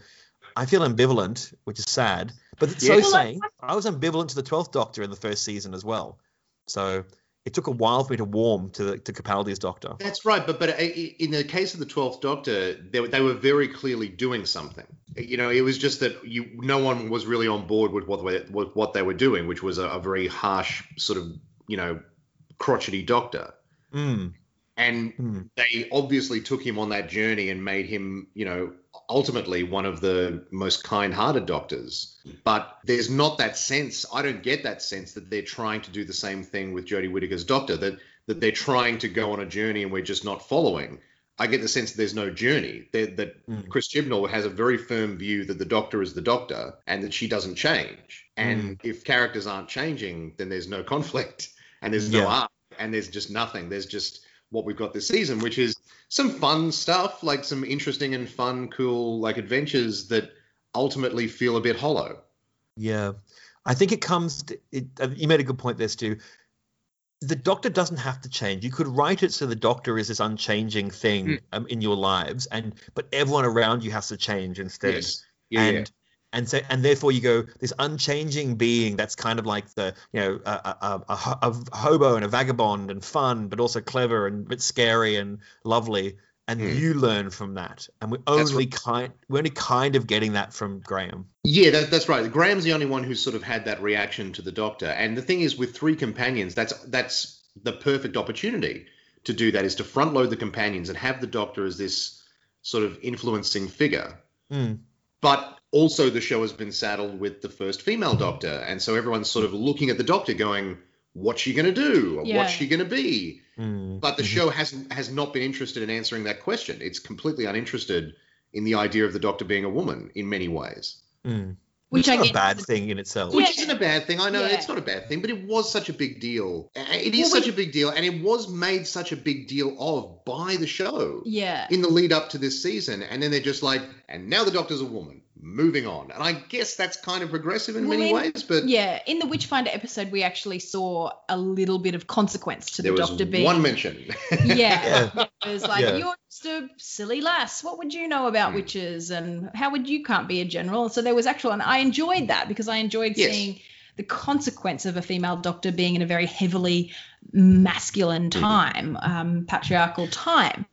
S3: I feel ambivalent, which is sad. But so
S2: Yeah.
S3: saying, I was ambivalent to the Twelfth Doctor in the first season as well. So it took a while for me to warm to the, to Capaldi's Doctor.
S2: That's right, but but i- i- in the case of the Twelfth Doctor, they, were- they were very clearly doing something. You know, it was just that you no one was really on board with what they, with what they were doing, which was a, a very harsh sort of you know crotchety Doctor,
S3: Mm,
S2: and
S3: mm.
S2: they obviously took him on that journey and made him you know ultimately one of the most kind-hearted doctors but there's not that sense i don't get that sense that they're trying to do the same thing with jodie whittaker's doctor that that they're trying to go on a journey and we're just not following i get the sense that there's no journey that, that
S3: Mm.
S2: chris chibnall has a very firm view that the doctor is the doctor and that she doesn't change and
S3: Mm.
S2: if characters aren't changing then there's no conflict and there's no
S3: Yeah.
S2: arc and there's just nothing there's just what we've got this season, which is some fun stuff, like some interesting and fun, cool like adventures that ultimately feel a bit hollow.
S3: Yeah, I think it comes. To, it, uh, you made a good point there, Stu. The Doctor doesn't have to change. You could write it so the Doctor is this unchanging thing
S2: Mm.
S3: um, in your lives, and but everyone around you has to change instead.
S2: Yeah.
S3: and
S2: yeah.
S3: and so and therefore you go this unchanging being that's kind of like the you know a, a, a, a ho- a hobo and a vagabond and fun but also clever and a bit scary and lovely and
S2: Hmm.
S3: you learn from that and we're
S2: That's
S3: only kind we're only kind of getting that from graham
S2: Yeah, that, that's right. Graham's the only one who's sort of had that reaction to the Doctor, and the thing is, with three companions, that's that's the perfect opportunity to do that is to front load the companions and have the Doctor as this sort of influencing figure.
S3: Mm.
S2: But also, the show has been saddled with the first female Doctor, and so everyone's sort of looking at the Doctor, going, "What's she going to do?
S1: Yeah.
S2: What's she going to be?"
S3: Mm.
S2: But the
S3: Mhm.
S2: show hasn't has not been interested in answering that question. It's completely uninterested in the idea of the Doctor being a woman in many ways.
S3: Mm.
S1: Which
S3: which
S1: I
S3: is not
S1: get-
S3: a bad thing in itself
S2: Which
S1: Yeah.
S2: isn't a bad thing. I know
S1: Yeah.
S2: it's not a bad thing, but it was such a big deal. Uh, It is
S1: Well,
S2: such a big deal, and it was made such a big deal of by the show
S1: Yeah.
S2: in the lead up to this season. And then they're just like, and now the doctor's a woman, moving on. And I guess that's kind of progressive in
S1: Well,
S2: many
S1: in-
S2: ways, but
S1: Yeah, in the Witchfinder episode, we actually saw a little bit of consequence to the
S2: there was
S1: Doctor being.
S2: one mention.
S1: yeah.
S3: yeah
S1: It was like,
S3: Yeah.
S1: you're just a silly lass. What would you know about
S2: Hmm.
S1: witches? And how would you can't be a general? So there was actual, and I enjoyed that because I enjoyed
S2: Yes.
S1: seeing the consequence of a female doctor being in a very heavily masculine
S2: Mhm.
S1: time, um, patriarchal time.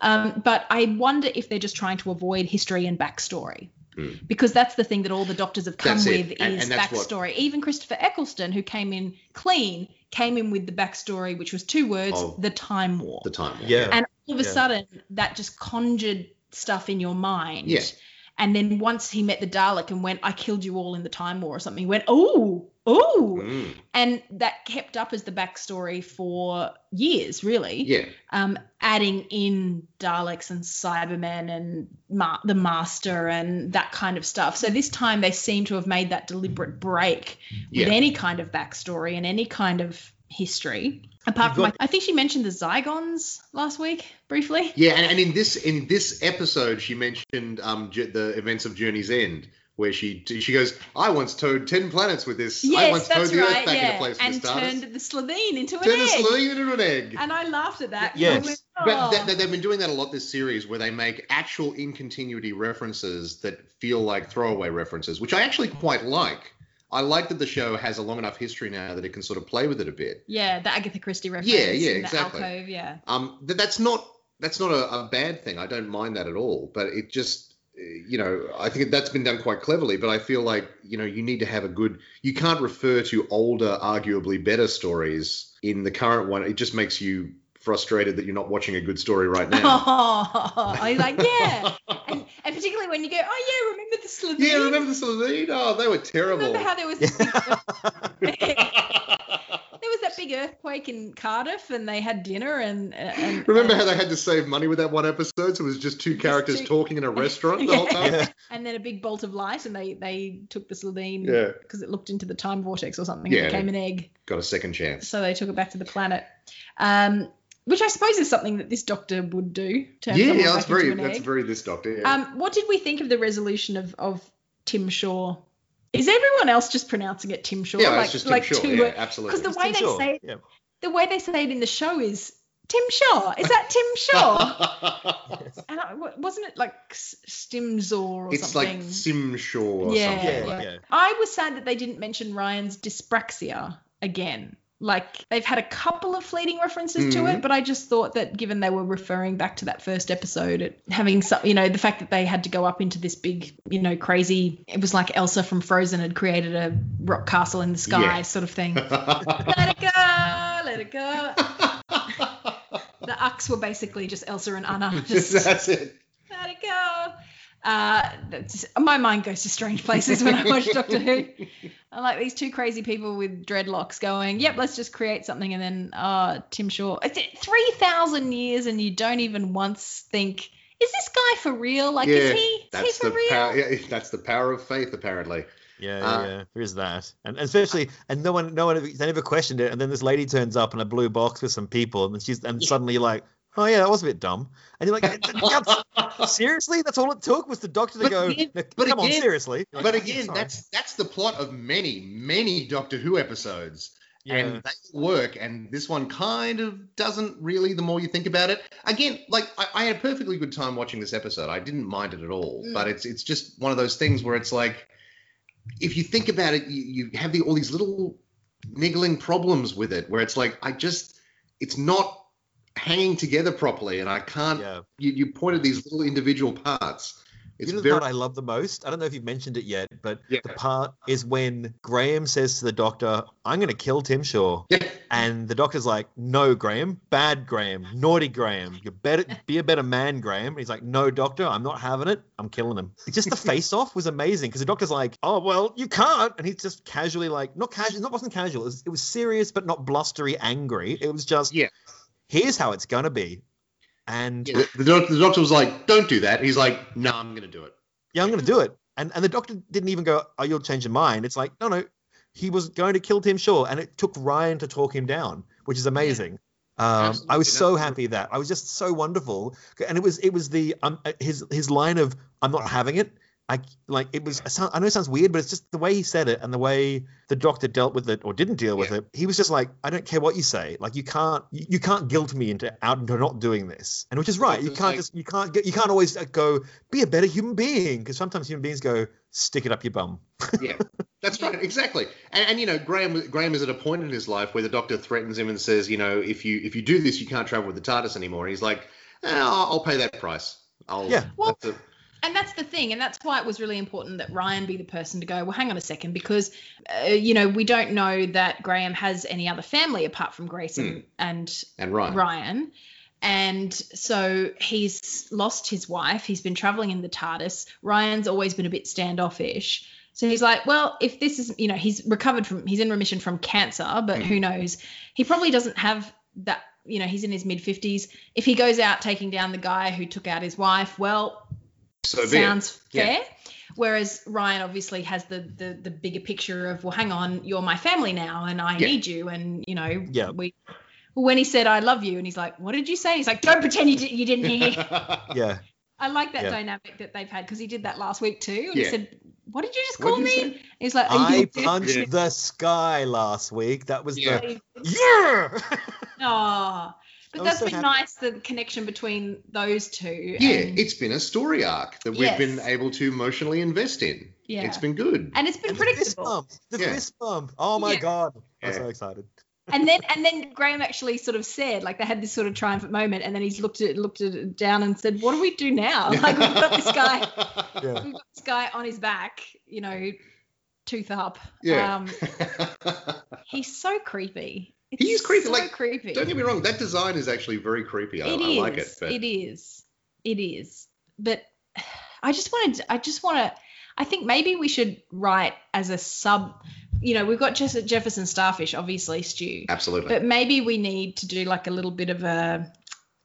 S1: Um, but I wonder if they're just trying to avoid history and backstory.
S2: Hmm.
S1: Because that's the thing that all the doctors have come
S2: That's it.
S1: with is
S2: And- and that's what-
S1: backstory. Even Christopher Eccleston, who came in clean, came in with the backstory, which was two words:
S2: Of
S1: the time war
S2: Oh. the time. War.
S3: yeah
S1: and all of a
S3: Yeah.
S1: sudden that just conjured stuff in your mind
S2: Yeah.
S1: and then once he met the dalek and went i killed you all in the time war or something he went oh oh
S2: Mm,
S1: and that kept up as the backstory for years really
S2: yeah.
S1: um, adding in Daleks and Cybermen and Ma- the Master and that kind of stuff. So this time they seem to have made that deliberate break
S2: Yeah.
S1: with any kind of backstory and any kind of history. Apart
S3: You've
S1: from,
S3: got-
S1: I think she mentioned the Zygons last week briefly.
S2: Yeah, and, and in this in this episode, she mentioned um j- the events of Journey's End, where she she goes, "I once towed ten planets with this. I
S1: Yes,
S2: once towed
S1: that's
S2: the Earth
S1: right.
S2: back into
S1: Yeah,
S2: place with
S1: and
S2: this TARDIS.
S1: turned the Slovene into an
S2: Turned a
S1: egg.
S2: saloon into an egg."
S1: And I laughed at that.
S3: Yes.
S1: I went,
S2: But th-
S1: "Oh."
S2: th- they've been doing that a lot this series, where they make actual in continuity references that feel like throwaway references, which I actually quite like. I like that the show has a long enough history now that it can sort of play with it a bit.
S1: yeah, the Agatha Christie reference.
S2: yeah,
S1: in the
S2: exactly.
S1: Alcove, yeah.
S2: Um, th- that's not that's not a, a bad thing. I don't mind that at all. But it just, uh, you know, I think that's been done quite cleverly. But I feel like you know you need to have a good. You can't refer to older, arguably better stories in the current one. It just makes you frustrated that you're not watching a good story right now.
S1: Oh, I was like, yeah. and, and particularly when you go, oh, yeah, remember the Slovene?
S2: yeah, remember the Slovene? Oh, they were terrible.
S1: Remember how there was, this big, there was that big big earthquake in Cardiff, and they had dinner and. and
S2: Remember
S1: and,
S2: how they had to save money with that one episode? So it was just two characters
S1: two-
S2: talking in a restaurant the whole time.
S3: Yeah.
S1: and then a big bolt of light, and they they took the Sylvine
S2: Yeah.
S1: because it looked into the time vortex or something.
S2: Yeah.
S1: It became an egg,
S2: Got a second chance.
S1: so they took it back to the planet. Um, which I suppose is something that this doctor would do. To have
S2: Yeah,
S1: someone
S2: yeah,
S1: back
S2: that's very
S1: into an
S2: that's
S1: egg.
S2: very this doctor. Yeah.
S1: Um, what did we think of the resolution of of Tim Shaw? Is everyone else just pronouncing it Tim Shaw?
S2: yeah, that's just Tim Shaw.
S1: two-
S2: Yeah,
S1: because
S2: absolutely.
S1: the way they say it,
S3: Yeah.
S1: the way they say it in the show is Tim Shaw. Is that Tim Shaw? and I, wa- wasn't it like S- Stimzor or
S2: it's
S1: something?
S2: like Sim Shaw or
S1: Yeah,
S2: something.
S3: Yeah,
S2: like
S3: yeah.
S1: I was sad that they didn't mention Ryan's dyspraxia again. Like they've had a couple of fleeting references to
S2: Mhm.
S1: it, but I just thought that given they were referring back to that first episode, it, having some, you know, the fact that they had to go up into this big, you know, crazy, it was like Elsa from Frozen had created a rock castle in the sky
S2: Yeah.
S1: sort of thing.
S2: that.
S1: let it go, let it go. The Ucks were basically just Elsa and Anna. Just
S2: that's it.
S1: let it go. Uh, that's- my mind goes to strange places when I watch Doctor Who. I like these two crazy people with dreadlocks going, yep, let's just create something. And then uh, Tim Shaw, It's- it 3,000 years and you don't even once think, is this guy for real? Like,
S2: Yeah,
S1: is he, is he
S2: That's
S1: for
S2: the
S1: real?
S2: power. Yeah, that's the power of faith, apparently.
S3: Yeah,
S2: Uh,
S3: yeah, there is that, and, and especially, and no one, no one, ever, they never questioned it. And then this lady turns up in a blue box with some people, and she's, and
S1: Yeah.
S3: suddenly you're like, oh yeah, that was a bit dumb. And you're like, that's, seriously, that's all it took was the doctor to
S2: But
S3: go,
S2: again-
S3: "No,
S2: but
S3: come on,
S2: again-
S3: seriously. You're
S2: But
S3: like, "Yeah,
S2: again,
S3: sorry."
S2: that's that's the plot of many, many Doctor Who episodes.
S3: yeah,
S2: and they all work and this one kind of doesn't really the more you think about it again like I, I had a perfectly good time watching this episode i didn't mind it at all
S1: Mm.
S2: but it's it's just one of those things where it's like if you think about it you, you have the, all these little niggling problems with it where it's like i just it's not hanging together properly and i can't
S3: yeah.
S2: you, you pointed these little individual parts it's
S3: you know
S2: very
S3: the part I love the most? I don't know if you've mentioned it yet, but
S2: Yeah.
S3: the part is when Graham says to the doctor, I'm going to kill Tim Shaw.
S2: yeah,
S3: And the doctor's like, No, Graham, bad Graham, naughty Graham. You better be a better man, Graham. And he's like, No, doctor, I'm not having it. I'm killing him. Just the face off was amazing because the doctor's like, Oh, well, you can't. And he's just casually like, not casual, not wasn't casual. It was, it was serious, but not blustery, angry. It was just,
S2: Yeah.
S3: here's how it's going to be. And
S2: yeah. The, doc- the doctor was like don't do that he's like no i'm gonna do it
S3: yeah, I'm going to do it. And and the doctor didn't even go, oh, you'll change your mind. It's like, no, no, he was going to kill Tim Shaw, and it took Ryan to talk him down, which is amazing. Um, I
S2: Absolutely,
S3: was so
S2: that's-
S3: happy that I was just so wonderful, and it was it was the um his his line of I'm not having it. I like it was. I know it sounds weird, but it's just the way he said it and the way the doctor dealt with it or didn't deal with
S2: Yeah.
S3: it. He was just like, I don't care what you say. Like you can't you, you can't guilt me into out into not doing this. And which is right. You
S2: It's
S3: can't
S2: like-
S3: just you can't get you can't always uh, go be a better human being because sometimes human beings go stick it up your bum.
S2: That's right, exactly. And, and you know, Graham Graham is at a point in his life where the doctor threatens him and says, you know, if you if you do this, you can't travel with the TARDIS anymore. And he's like, eh, I'll, I'll pay that price. I'll,
S3: Yeah.
S1: Well-
S2: that's a-
S1: And that's the thing, and that's why it was really important that Ryan be the person to go. Well, hang on a second, because uh, you know we don't know that Graham has any other family apart from Grace
S2: Hmm.
S1: and, and
S2: and Ryan.
S1: Ryan, and so he's lost his wife. He's been traveling in the TARDIS. Ryan's always been a bit standoffish. So he's like, well, if this is, you know, he's recovered from, he's in remission from cancer, but
S2: Mm.
S1: who knows? He probably doesn't have that, you know, he's in his mid 50s. If he goes out taking down the guy who took out his wife, well,
S2: So be it.
S1: sounds
S2: Yeah.
S1: fair. Whereas Ryan obviously has the, the the bigger picture of well, hang on, you're my family now, and I
S2: Yeah.
S1: need you, and you know,
S3: Yeah.
S1: we. Well, when he said I love you, and he's like, what did you say? He's like, don't pretend you, di- you didn't hear.
S3: Yeah,
S1: I like that
S3: Yeah.
S1: dynamic that they've had because he did that last week too, and he
S2: Yeah.
S1: said, what did you just
S2: What
S1: call
S2: did you
S1: me? He's like, "Are
S3: I
S1: you
S3: punched
S2: Yeah.
S3: the sky last week. That was
S2: Yeah.
S3: the
S1: dead?"
S3: yeah.
S1: Oh.
S3: I
S1: But
S3: was
S1: that's
S3: so
S1: been
S3: happy.
S1: nice, the connection between those two.
S2: yeah,
S1: and-
S2: it's been a story arc that we've
S1: Yes.
S2: been able to emotionally invest in.
S1: yeah.
S2: It's been good.
S1: and it's been
S3: And the fist
S1: predictable.
S3: bump. The
S2: Yeah.
S3: fist bump. Oh my
S1: Yeah.
S3: god! I'm
S2: Yeah.
S3: so excited.
S1: and then and then Graham actually sort of said like they had this sort of triumphant moment, and then he's looked at looked at it down and said, "What do we do now? Like we've got this guy,
S3: Yeah.
S1: we've got this guy on his back, you know, tooth up.
S2: Yeah.
S1: Um, he's so creepy. It's
S2: He is creepy,
S1: So
S2: like,
S1: creepy.
S2: Don't get me wrong, that design is actually very creepy. I,
S1: It
S2: I like it.
S1: is,
S2: But
S1: it is. It is. But I just wanted. I just want to. I think maybe we should write as a sub you know, we've got Jess- Jefferson Starfish, obviously, Stu.
S2: Absolutely.
S1: But maybe we need to do like a little bit of a.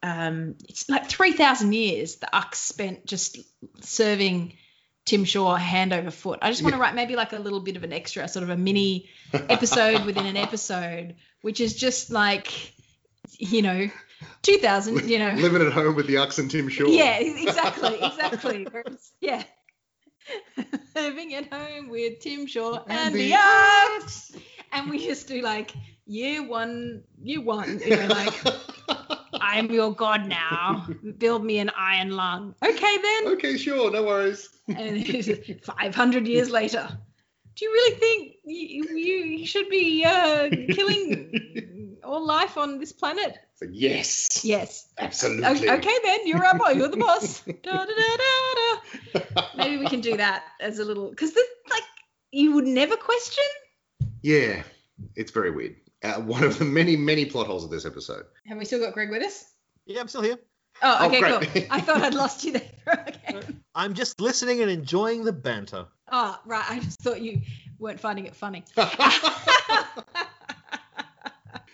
S1: Um, it's like 3,000 years the Ucks spent just serving Tim Shaw hand over foot. I just want to write maybe like a little bit of an extra, sort of a mini episode within an episode, which is just like, you know, 2,000, you know.
S2: Living at home with the Ox and Tim Shaw.
S1: Yeah, exactly, exactly. Whereas- yeah. Living at home with Tim Shaw and,
S2: And
S1: the
S2: the
S1: Arts. And we just do like year one, year one. You know, like, I'm your god now. Build me an iron lung. Okay, then.
S2: okay, sure, no worries.
S1: And it's just 500 years later. Do you really think you, you, you should be uh, killing all life on this planet?
S2: So, yes.
S1: Yes.
S2: Absolutely.
S1: O- okay then you're our boy you're the boss da, da, da, da, da. maybe we can do that as a little because like you would never question
S2: Yeah, it's very weird. Uh, one of the many, many plot holes of this episode.
S1: have we still got greg with us
S3: Yeah, I'm still here.
S1: oh
S2: Oh,
S1: okay
S2: great.
S1: cool i thought i'd lost you there okay
S3: I'm just listening and enjoying the banter.
S1: oh right i just thought you weren't finding it funny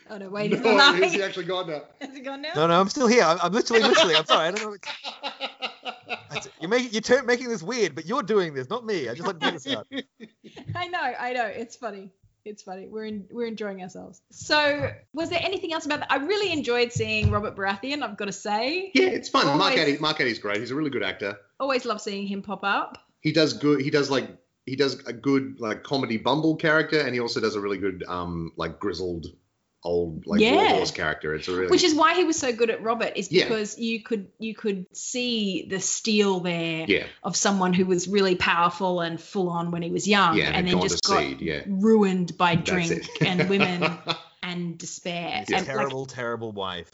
S1: oh no wait he's
S2: no,
S1: laughing
S2: is he actually gone now?
S1: has it gone now
S3: No, no, I'm still here. I'm, I'm literally, literally. I'm sorry. I don't know. It's, it's, you're making you're turn, making this weird, but you're doing this, not me. I just like to point this out.
S1: i know i know it's funny it's funny we're in, we're enjoying ourselves so was there anything else about that i really enjoyed seeing robert baratheon i've got to say
S2: yeah, it's fun. Mark
S1: Always.
S2: Addy, Mark Addy's great. He's a really good actor.
S1: always love seeing him pop up.
S2: He does good. He does like he does a good like comedy bumble character, and he also does a really good um like grizzled old like war
S1: Yeah.
S2: horse character. It's a really
S1: Which is why he was so good at Robert, is
S2: Yeah.
S1: because you could you could see the steel there
S2: yeah
S1: of someone who was really powerful and full on when he was young,
S2: yeah,
S1: and
S2: had
S1: then
S2: gone
S1: just
S2: to
S1: got
S2: seed. Yeah,
S1: ruined by
S2: That's
S1: drink
S2: it.
S1: and women and despair.
S3: He's a
S1: And like,
S3: terrible, terrible wife.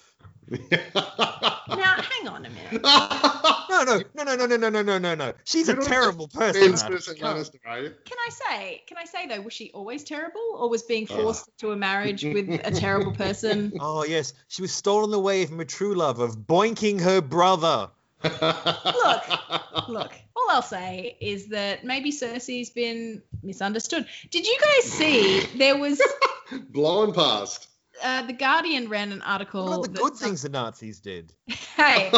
S1: now hang on a minute.
S3: No, no, no, no, no, no, no, no, no, no, no. She's a
S2: You're not
S3: terrible person.
S2: Vince
S3: Adam.
S2: Wilson Lannister, are you?
S1: Can I say? Can I say though? Was she always terrible, or was being
S3: Ah.
S1: forced into a marriage with a terrible person?
S3: Oh yes, she was stolen away from a true love of boinking her brother.
S1: Look. Look, all I'll say is that maybe Cersei's been misunderstood. Did you guys see there was
S2: blowing past.
S1: uh, the Guardian ran an article?
S3: What are the
S1: that
S3: good
S1: some-
S3: things the Nazis did?
S1: Hey,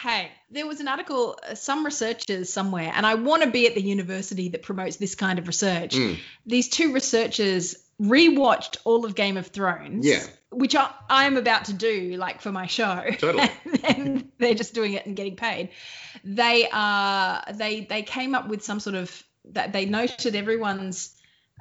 S1: hey, there was an article. Uh, some researchers somewhere, and I want to be at the university that promotes this kind of research.
S2: Mm.
S1: These two researchers rewatched all of Game of Thrones.
S2: Yeah.
S1: Which I, I'm about to do, like for my show.
S2: Totally.
S1: and they're just doing it and getting paid. They are they they came up with some sort of that they noted everyone's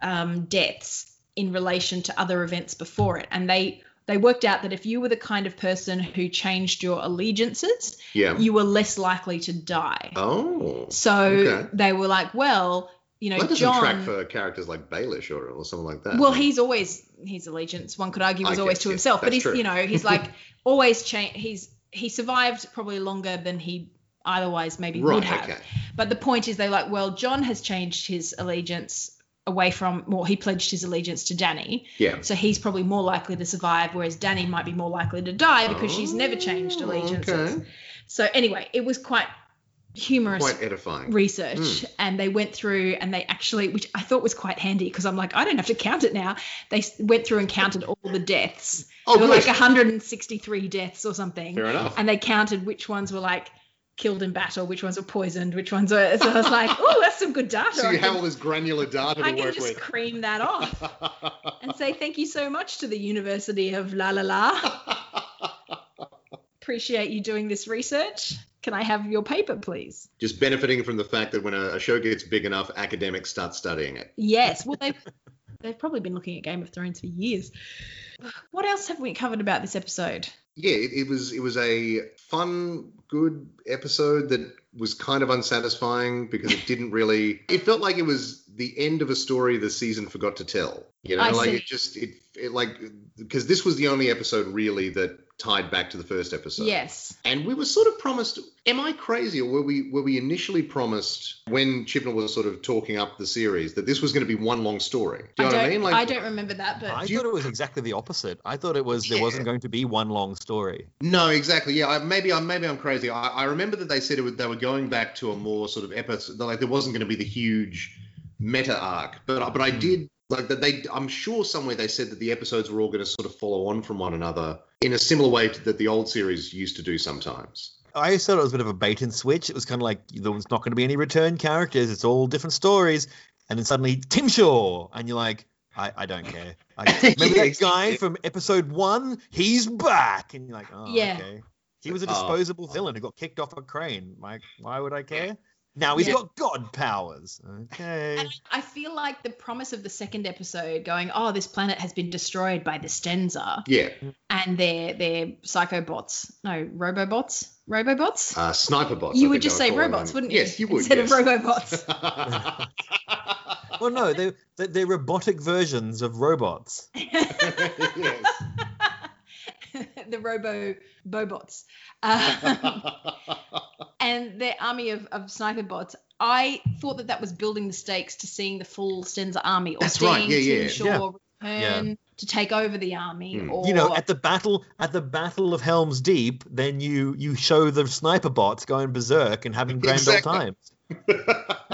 S1: um, deaths in relation to other events before it, and they they worked out that if you were the kind of person who changed your allegiances,
S2: yeah.
S1: you were less likely to die.
S2: Oh.
S1: So
S2: okay.
S1: they were like, well, you know,
S2: That doesn't
S1: John.
S2: track for characters like Baelish or, or something like that.
S1: Well, he's always his allegiance. One could argue
S2: I
S1: was always
S2: guess,
S1: to
S2: yes,
S1: himself, but
S2: that's
S1: he's
S2: true.
S1: you know he's like always change. He's he survived probably longer than he otherwise maybe would
S2: right.
S1: have.
S2: Okay.
S1: But the point is, they like well, John has changed his allegiance away from well, he pledged his allegiance to Danny,
S2: Yeah.
S1: so he's probably more likely to survive, whereas Danny might be more likely to die because she's never changed
S2: Oh,
S1: allegiances.
S2: Okay.
S1: So anyway, it was quite humorous
S2: Quite edifying.
S1: research
S2: Mm.
S1: and they went through and they actually which i thought was quite handy because i'm like i don't have to count it now they s- went through and counted all the deaths
S2: oh,
S1: there
S2: good.
S1: were like 163 deaths or something
S2: Fair enough.
S1: and they counted which ones were like killed in battle which ones were poisoned which ones were so i was like oh that's some good data
S2: So
S1: I
S2: you
S1: can-
S2: have all this granular data to
S1: I can
S2: work
S1: just
S2: with.
S1: cream that off and say thank you so much to the University of La La La. Appreciate you doing this research. Can I have your paper, please?
S2: just benefiting from the fact that when a, a show gets big enough, academics start studying it.
S1: Yes. Well, they've they've probably been looking at Game of Thrones for years. What else have we covered about this episode?
S2: yeah, it, it was it was a fun, good episode that was kind of unsatisfying because it didn't really. It felt like it was the end of a story the season forgot to tell. You know,
S1: I
S2: like
S1: see.
S2: it just it, it like because this was the only episode really that tied back to the first episode.
S1: yes.
S2: And we were sort of promised. Am I crazy, or were we were we initially promised when Chibnall was sort of talking up the series that this was going to be one long story? Do you know
S1: I don't.
S2: what I mean? Like,
S1: I don't remember that, but
S3: I
S2: Do you-
S3: thought it was exactly the opposite. I thought it was there
S2: Yeah.
S3: wasn't going to be one long story.
S2: No, exactly. Yeah, I, maybe I'm maybe I'm crazy. I, I remember that they said it, was- they were going back to a more sort of episode, like there wasn't going to be the huge meta arc. But I- but I
S3: Hmm.
S2: did Like that they, I'm sure somewhere they said that the episodes were all going to sort of follow on from one another in a similar way to, that the old series used to do sometimes.
S3: I always thought it was a bit of a bait and switch. It was kind of like there was not going to be any return characters. It's all different stories, and then suddenly Tim Shaw, and you're like, I, I don't care. I, remember
S2: Yeah,
S3: that guy
S2: exactly.
S3: from episode one? He's back, and you're like, oh,
S4: Yeah.
S3: okay. He was a
S2: Oh.
S3: disposable villain who got kicked off a crane. Like, why would I care? Now he's
S4: Yeah.
S3: got god powers. Okay.
S1: And I feel like the promise of the second episode going, oh, this planet has been destroyed by the Stenza
S2: Yeah,
S1: and their their psychobots. No, robobots? Robobots?
S2: uh, sniper bots. I
S1: you would
S2: think
S1: just
S2: they
S1: say
S2: were calling
S1: robots,
S2: them.
S1: wouldn't you?
S2: Yes, you would.
S1: Instead
S2: yes.
S1: of robobots.
S3: Well, no, they they're, they're robotic versions of robots.
S2: yes.
S1: the robo bobots. Um, and their army of, of sniper bots. I thought that that was building the stakes to seeing the full Stenza army or
S2: That's
S1: seeing
S2: right, yeah,
S1: Tim
S2: yeah.
S1: Shaw return to take over the army.
S2: Hmm.
S1: Or
S3: you know at the battle at the battle of helms deep then you you show the sniper bots going berserk and having grand
S2: Exactly.
S3: old times
S1: Hmm.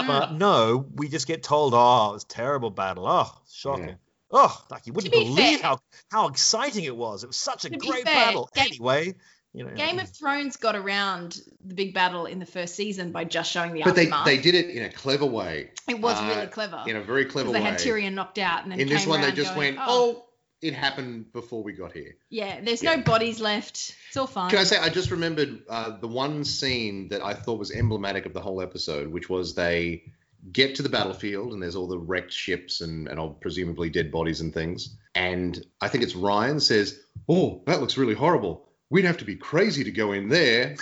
S3: but no we just get told oh it was a terrible battle oh shocking
S2: Yeah.
S3: oh like you wouldn't
S1: be
S3: believe
S1: fair-
S3: how how exciting it was it was such a
S1: To be
S3: great
S1: fair,
S3: battle
S1: Game-
S3: anyway you know
S1: Game of Thrones got around the big battle in the first season by just showing the
S2: but they,
S1: aftermath.
S2: they did it in a clever way,
S1: it was
S2: uh,
S1: really clever
S2: in a very
S1: because
S2: clever
S1: they
S2: way.
S1: had Tyrion knocked out and then
S2: in this
S1: came
S2: one, they
S1: around
S2: just
S1: going,
S2: went, oh, it happened before we got here.
S1: yeah, there's
S2: yeah.
S1: no bodies left. It's all fine.
S2: Can I say I just remembered uh, the one scene that I thought was emblematic of the whole episode, which was they get to the battlefield and there's all the wrecked ships and and all presumably dead bodies and things. And I think it's Ryan says, "Oh, that looks really horrible. We'd have to be crazy to go in there."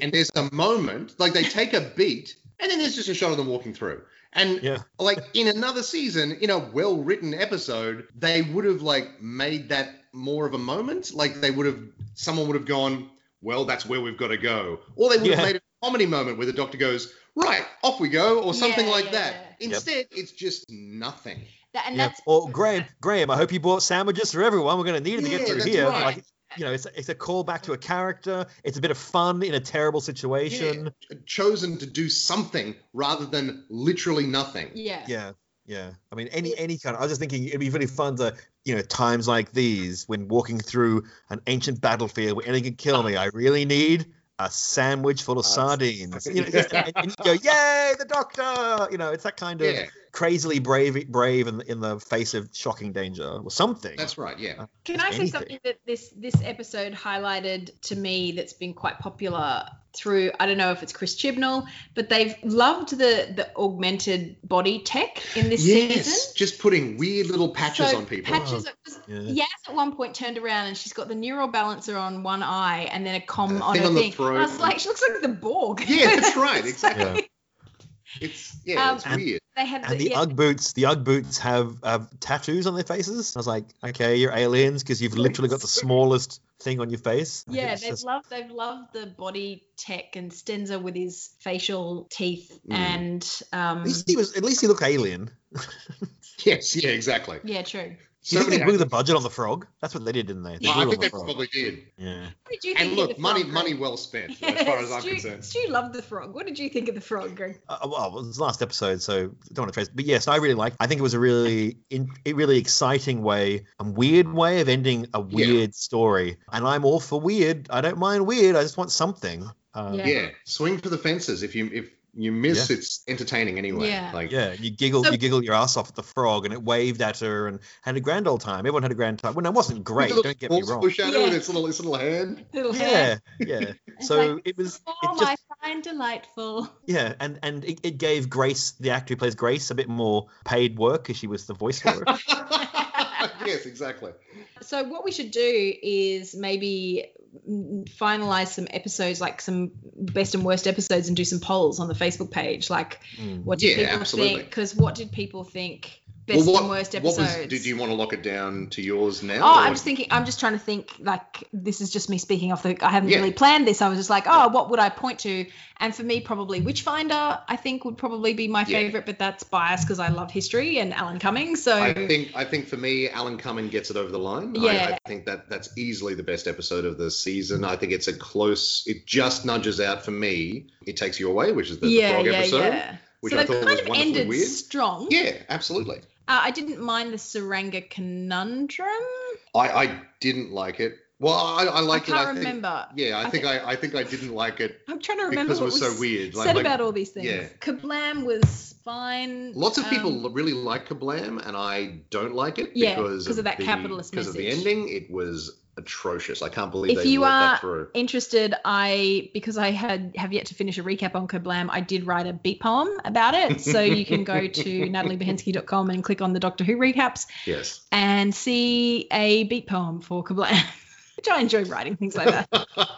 S2: and there's a moment like they take a beat, and then there's just a shot of them walking through. And
S3: Yeah.
S2: like in another season, in a well written episode, they would have like made that more of a moment. Like they would have, someone would have gone, well, that's where we've got to go. Or they would
S3: Yeah.
S2: have made a comedy moment where the doctor goes, right, off we go, or something
S1: Yeah,
S2: like
S1: yeah,
S2: that.
S3: yeah.
S2: Instead, it's just nothing.
S1: That- and
S3: Yeah.
S1: that's
S3: Or Graham, Graham, I hope you bought sandwiches for everyone. We're going to need them to
S2: Yeah,
S3: get through
S2: that's
S3: here.
S2: right.
S3: Like, you know, it's it's a callback to a character. It's a bit of fun in a terrible situation.
S2: Chosen to do something rather than literally nothing.
S1: yeah.
S3: yeah yeah i mean any any kind of, i was just thinking it'd be really fun to you know times like these when walking through an ancient battlefield where anything could kill me i really need a sandwich full of
S2: Uh,
S3: sardines you know, just- and, and you go yay the doctor you know it's that kind of
S2: Yeah,
S3: crazily brave brave in, in the face of shocking danger or something
S2: that's right. Yeah.
S1: Can I say
S3: anything.
S1: something that this this episode highlighted to me that's been quite popular through I don't know if it's Chris Chibnall, but they've loved the the augmented body tech in this
S2: yes,
S1: season.
S2: just putting weird little patches
S1: So
S2: on people.
S1: Patches.
S3: Yeah.
S1: Yaz at one point turned around and she's got the neural balancer on one eye and then a com
S2: And a
S1: on
S2: thing
S1: her
S2: on the
S1: thing. And
S2: throat.
S1: I was like, she looks like the Borg.
S2: Yeah, that's right.
S1: It's like
S2: Exactly.
S3: Yeah.
S2: It's yeah,
S1: Um,
S2: it's
S3: And-
S2: weird.
S1: they had
S3: and
S1: the,
S3: the
S1: yeah,
S3: ugg boots the ugg boots have, have tattoos on their faces i was like okay you're aliens because you've literally got the smallest thing on your face I think
S1: yeah,
S3: it's
S1: they've
S3: just-
S1: loved they've loved the body tech and Stenza with his facial teeth
S2: Mm.
S1: and um
S3: at least he was at least he looked alien
S2: Yes, yeah, exactly.
S1: yeah, true.
S3: Do
S2: So
S3: you think they
S2: many-
S3: blew the budget on the frog? That's what they did, didn't they? They
S2: Well, I
S3: blew
S2: think
S3: it
S2: they
S3: on the frog.
S2: probably did.
S3: Yeah.
S1: What did you
S2: And
S1: think of
S2: look,
S1: the
S2: money
S1: frog,
S2: money
S1: Greg?
S2: well spent, as far as I'm
S1: Stu,
S2: concerned.
S1: Stu loved the frog. What did you think of the frog, Greg?
S3: Uh, well, it was the last episode, so don't want to trace. But yes, I really liked. I think it was a really, in, a really exciting way, a weird way of ending a weird story. And I'm all for weird. I don't mind weird. I just want something. Uh,
S1: Yeah.
S2: Yeah. swing for the fences. If you if you miss, it's entertaining anyway.
S1: Yeah.
S2: Like
S3: Yeah, you giggle,
S1: So-
S3: you giggle your ass off at the frog, and it waved at her and had a grand old time. Everyone had a grand time. Well, no, it wasn't great.
S2: Look,
S3: Don't get me
S2: balls
S3: wrong.
S2: push out of it,
S1: Yeah.
S2: its little its little hand.
S1: Little
S3: Yeah, yeah.
S1: It's
S3: So
S1: like,
S3: it was. It
S1: Oh,
S3: just,
S1: I find delightful.
S3: Yeah, and and it, it gave Grace, the actor who plays Grace, a bit more paid work because she was the voice for it.
S2: yes, exactly.
S1: So what we should do is maybe mm, finalize some episodes, like some best and worst episodes, and do some polls on the Facebook page. Like,
S3: Hmm.
S1: what did
S2: Yeah,
S1: people
S2: absolutely.
S1: think? Because what did people think best
S2: well, what,
S1: and worst
S2: what
S1: episodes?
S2: was, did you want to lock it down to yours now?
S1: Oh,
S2: or-
S1: I'm just thinking. I'm just trying to think. Like this is just me speaking off the. I haven't
S2: Yeah.
S1: really planned this. I was just like, oh, what would I point to? And for me, probably Witchfinder. I think would probably be my
S2: Yeah.
S1: favorite, but that's biased because I love history and Alan Cummings. So
S2: I think I think for me, Alan Cumming gets it over the line. I,
S1: Yeah.
S2: I think that that's easily the best episode of the season. I think it's a close. It just nudges out for me. It takes you away, which is the, the
S1: yeah,
S2: frog
S1: yeah,
S2: episode.
S1: yeah.
S2: which
S1: So
S2: I
S1: they've
S2: thought
S1: kind
S2: was
S1: of
S2: wonderfully
S1: ended
S2: weird.
S1: strong.
S2: Yeah, absolutely.
S1: Uh, I didn't mind the Saranga conundrum.
S2: I, I didn't like it. Well, I, I
S1: I
S2: liked
S1: can't
S2: it. I think,
S1: remember.
S2: yeah, I,
S1: I
S2: think, I, I think I didn't like it
S1: I'm trying to remember
S2: because it
S1: what
S2: was so weird.
S1: said about all these things.
S2: yeah.
S1: Kablam was fine.
S2: Lots of people
S1: Um,
S2: really like Kablam, and I don't like it
S1: Yeah,
S2: because
S1: 'cause of that
S2: the-
S1: capitalist
S2: Because of the
S1: message.
S2: ending, it was atrocious. I can't believe
S1: If
S2: they
S1: you
S2: brought
S1: are-
S2: that through.
S1: interested, I because I had have yet to finish a recap on Kablam, I did write a beat poem about it. So you can go to nataliebehensky.com and click on the Doctor Who recaps
S2: Yes.
S1: and see a beat poem for Kablam, which I enjoy writing things like that.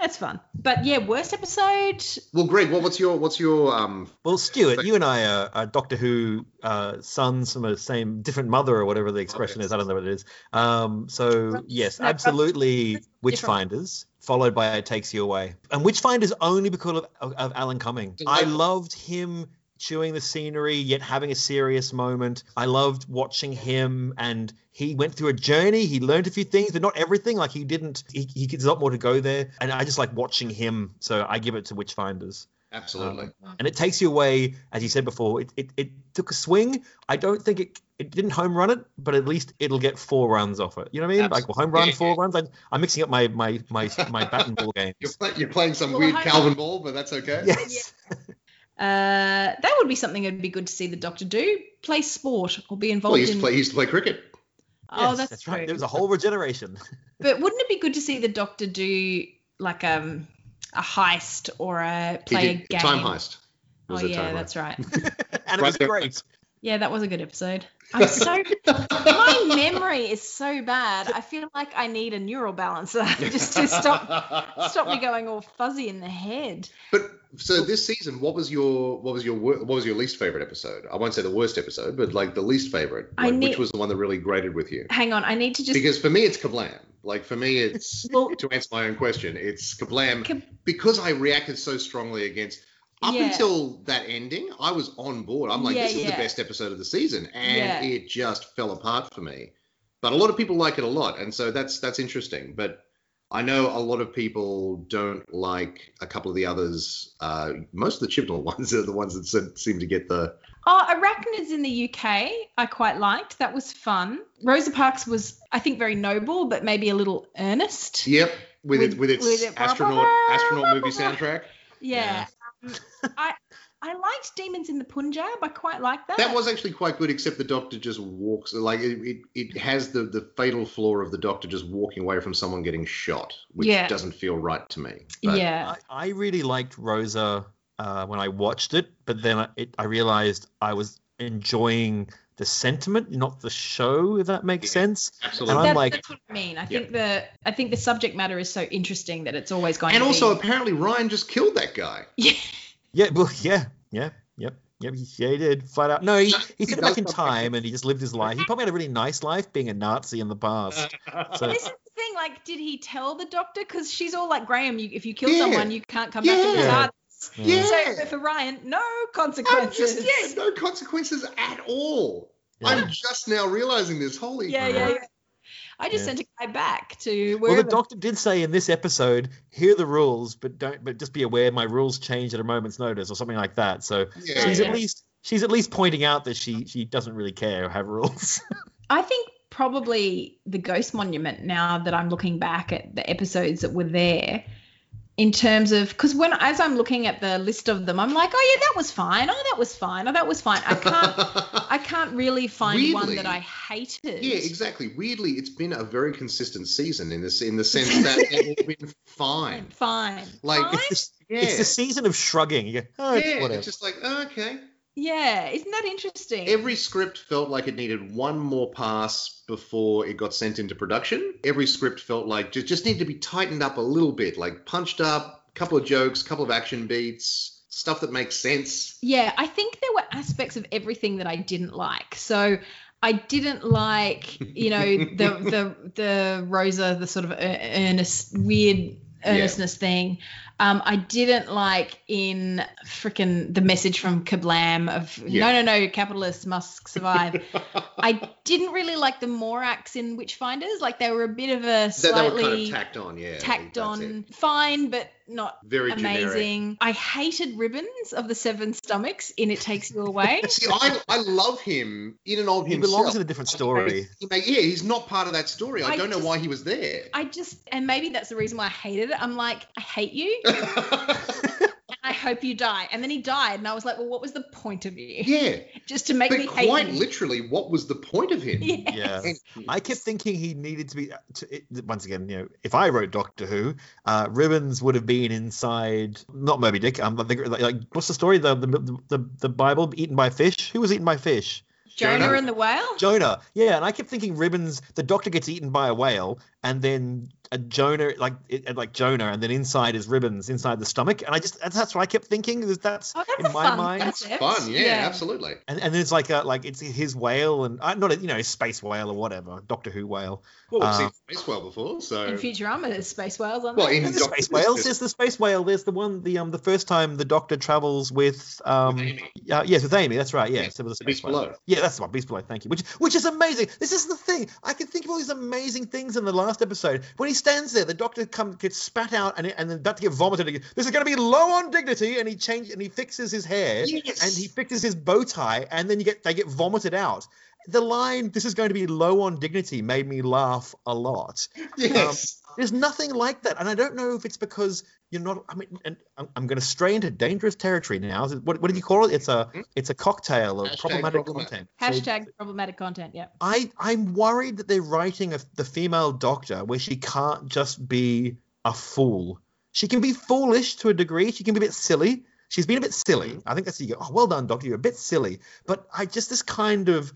S1: That's fun. But yeah, worst episode.
S2: well, Greg, what, what's your what's your um?
S3: Well, Stuart, you and I are, are Doctor Who uh, sons from the same different mother or whatever the expression is. I don't know what it is. Um, so
S1: Brothers.
S3: yes,
S1: No, brothers.
S3: absolutely,
S1: Different.
S3: Witchfinders followed by It Takes You Away, and Witchfinders only because of, of, of Alan Cumming. I
S2: Delightful.
S3: loved him chewing the scenery yet having a serious moment. I loved watching him and he went through a journey. He learned a few things, but not everything. Like he didn't. He, he there's a lot more to go there, and I just like watching him. So I give it to Witchfinders.
S2: Absolutely.
S3: And it takes you away, as you said before, it, it, it took a swing. I don't think it it didn't home run it, but at least it'll get four runs off it. You know what I mean? Like
S2: Absolutely.
S3: home run,
S2: Yeah,
S3: four runs. I'm, I'm mixing up my my my my bat and ball games.
S2: You're, play, you're playing some
S1: Well,
S2: weird
S1: I-
S2: Calvin ball, but that's okay.
S3: Yes.
S1: Uh, that would be something that'd be good to see the Doctor do. Play sport or be involved
S2: Well, he used,
S1: in.
S2: to play, he used to play cricket.
S1: Oh,
S3: Yes,
S1: that's,
S3: right.
S1: true.
S3: There was a whole regeneration.
S1: But wouldn't it be good to see the Doctor do like um a heist or a
S2: He
S1: play
S2: did
S1: a game?
S2: time heist. It
S1: Oh
S2: was a
S1: yeah,
S2: time
S1: that's right.
S3: and it was
S2: Right.
S3: great.
S1: Yeah, that was a good episode. I'm so my memory is so bad. I feel like I need a neural balancer just to stop stop me going all fuzzy in the head.
S2: But so this season, what was your what was your wor- what was your least favorite episode? I won't say the worst episode, but like the least favorite,
S1: I
S2: like,
S1: need-
S2: which was the one that really grated with you?
S1: Hang on, I need to just
S2: Because for me, it's Kablam. Like for me, it's
S1: well,
S2: to answer my own question, it's Kablam
S1: Kab-
S2: because I reacted so strongly against. Up
S1: Yeah.
S2: until that ending, I was on board. I'm like,
S1: Yeah,
S2: this is the
S1: yeah.
S2: best episode of the season,
S1: Yeah.
S2: and it just fell apart for me. But a lot of people like it a lot, and so that's that's interesting. But I know a lot of people don't like a couple of the others. Uh, most of the Chibnall ones are the ones that se- seem to get the.
S1: Oh, Arachnids in the UK, I quite liked. That was fun. Rosa Parks was, I think, very noble, but maybe a little earnest.
S2: Yep, with it,
S1: With-
S2: with its
S1: with it-
S2: astronaut astronaut movie soundtrack.
S1: Yeah. Um, I I liked Demons in the Punjab. I quite liked that.
S2: That was actually quite good, except the doctor just walks like it. It, it has the the fatal flaw of the doctor just walking away from someone getting shot, which
S1: Yeah.
S2: doesn't feel right to me. But
S1: yeah.
S3: I, I really liked Rosa uh, when I watched it, but then I- it, I realized I was enjoying the sentiment, not the show. If that makes
S2: Yeah.
S3: sense.
S2: absolutely.
S3: And
S1: that's,
S3: I'm like-
S1: that's what I mean. I think the I think the subject matter is so interesting that it's always going.
S2: and
S1: to
S2: also,
S1: be,
S2: apparently, Ryan just killed that guy.
S3: Yeah, well, yeah, yeah, yep, yep. He, yeah, he did flat out. No, he, he
S2: He
S3: took it
S2: does
S3: back in
S2: something.
S3: time and he just lived his life. He probably had a really nice life being a Nazi in the past. So
S1: this is the thing. Like, did he tell the doctor? Because she's all like, Graham, you, if you kill
S2: Yeah.
S1: someone, you can't come back and
S2: Yeah.
S1: start.
S2: Yeah.
S1: So but for Ryan, no
S2: I'm
S1: consequences.
S2: just yeah, no consequences at all.
S3: yeah.
S2: I'm just now realizing this. Holy
S1: yeah, yeah,
S2: crap.
S1: yeah. I just
S3: Yeah.
S1: sent a guy back to
S3: Well,
S1: wherever.
S3: the doctor did say in this episode, "Hear the rules, but don't, but just be aware my rules change at a moment's notice," or something like that. So
S2: Yeah.
S3: she's
S1: yeah.
S3: at least she's at least pointing out that she she doesn't really care or have rules.
S1: I think probably the Ghost Monument. Now that I'm looking back at the episodes that were there, in terms of because when as I'm looking at the list of them, I'm like, oh yeah, that was fine. Oh, that was fine. Oh, that was fine. I can't. I can't really find one
S2: Weirdly-
S1: that I hated.
S2: Yeah, exactly. Weirdly, it's been a very consistent season in this, in the sense that it's been fine.
S1: Fine.
S2: Like,
S1: Fine?
S3: It's just-
S2: Yeah,
S3: It's the season of shrugging. You go, oh, it's
S2: yeah.
S3: whatever.
S2: It's just like oh, okay.
S1: yeah. Isn't that interesting?
S2: Every script felt like it needed one more pass before it got sent into production. Every script felt like just just needed to be tightened up a little bit, like punched up, couple of jokes, couple of action beats, stuff that makes sense.
S1: Yeah, I think there were aspects of everything that I didn't like. So I didn't like, you know, the the the Rosa, the sort of ear- earnest, weird earnestness thing. Um, I didn't like in frickin' the message from Kablam of
S2: Yeah.
S1: no, no, no, capitalists must survive. I didn't really like the Morax in Witchfinders. Like they were a bit of a
S2: That they were
S1: slightly
S2: kind of tacked on, yeah.
S1: tacked
S2: that's
S1: on
S2: it.
S1: fine but
S5: not
S2: Very generic.
S5: amazing. I hated Ribbons of the Seven Stomachs in It Takes You Away.
S2: See, I, I love him in and of
S3: He
S2: himself.
S3: belongs in a different story.
S2: He may- yeah, he's not part of that story. I,
S5: I
S2: don't know
S5: just-
S2: why he was there.
S5: I just, and maybe that's the reason why I hated it. I'm like, I hate you, and I hope you die. And then he died, and I was like, well, what was the point of you?
S2: yeah,
S5: Just to make
S2: but
S5: me hate
S2: quite
S5: you.
S2: literally, what was the point of him?
S5: Yeah.
S3: Yeah.
S2: And-
S3: I kept thinking he needed to be. uh, To, it, once again, you know, if I wrote Doctor Who, uh, ribbons would have been inside. Not Moby Dick. Um, I think, like, like, what's the story? The, the the the Bible eaten by fish. Who was eaten by fish?
S5: Jonah
S2: Jonah?
S5: and the whale.
S3: Jonah. Yeah, and I kept thinking ribbons. The Doctor gets eaten by a whale, and then a Jonah, like it, and, like Jonah, and then inside is ribbons inside the stomach. And I just that's, that's what I kept thinking. is That's
S5: Oh, that's
S3: in
S5: a
S3: my
S5: fun
S3: mind.
S2: That's
S5: concept.
S2: fun. Yeah, absolutely.
S3: and, and it's like a, like it's his whale and uh, not a, you know his space whale or whatever Doctor Who whale
S2: Well, we've
S3: Uh,
S2: seen Space Whale before, so
S5: In Futurama, there's space whales, aren't
S2: Well,
S5: there?
S2: in-
S3: the
S2: Doctor
S3: space
S2: Who's
S3: whale.
S2: just-
S3: There's the space whale. There's the one the um the first time the Doctor travels with um
S2: With Amy.
S3: uh, yes with Amy. That's right. Yeah,
S2: Yeah,
S3: so with
S2: The
S3: the space
S2: Beast
S3: whale.
S2: Below.
S3: Yeah, that's the one. Beast Below. Thank you. Which which is amazing. This is the thing. I can think of all these amazing things in the last episode when he stands there. The Doctor come gets spat out and and then about to get vomited. Again. This is going to be low on dignity. And he changes and he fixes his hair
S2: Yes.
S3: and he fixes his bow tie and then you get they get vomited out. The line "This is going to be low on dignity" made me laugh a lot.
S2: yes,
S3: There's nothing like that, and I don't know if it's because you're not. I mean, and I'm, I'm going to stray into dangerous territory now. Is it- What, what did you call it? It's a it's a cocktail of
S2: Hashtag
S3: problematic,
S2: problematic.
S3: content. So
S5: Hashtag problematic content. Yeah.
S3: I I'm worried that they're writing a, the female doctor where she can't just be a fool. She can be foolish to a degree. She can be a bit silly. She's been a bit silly. I think that's you go. Oh, well done, doctor. You're a bit silly. But I just this kind of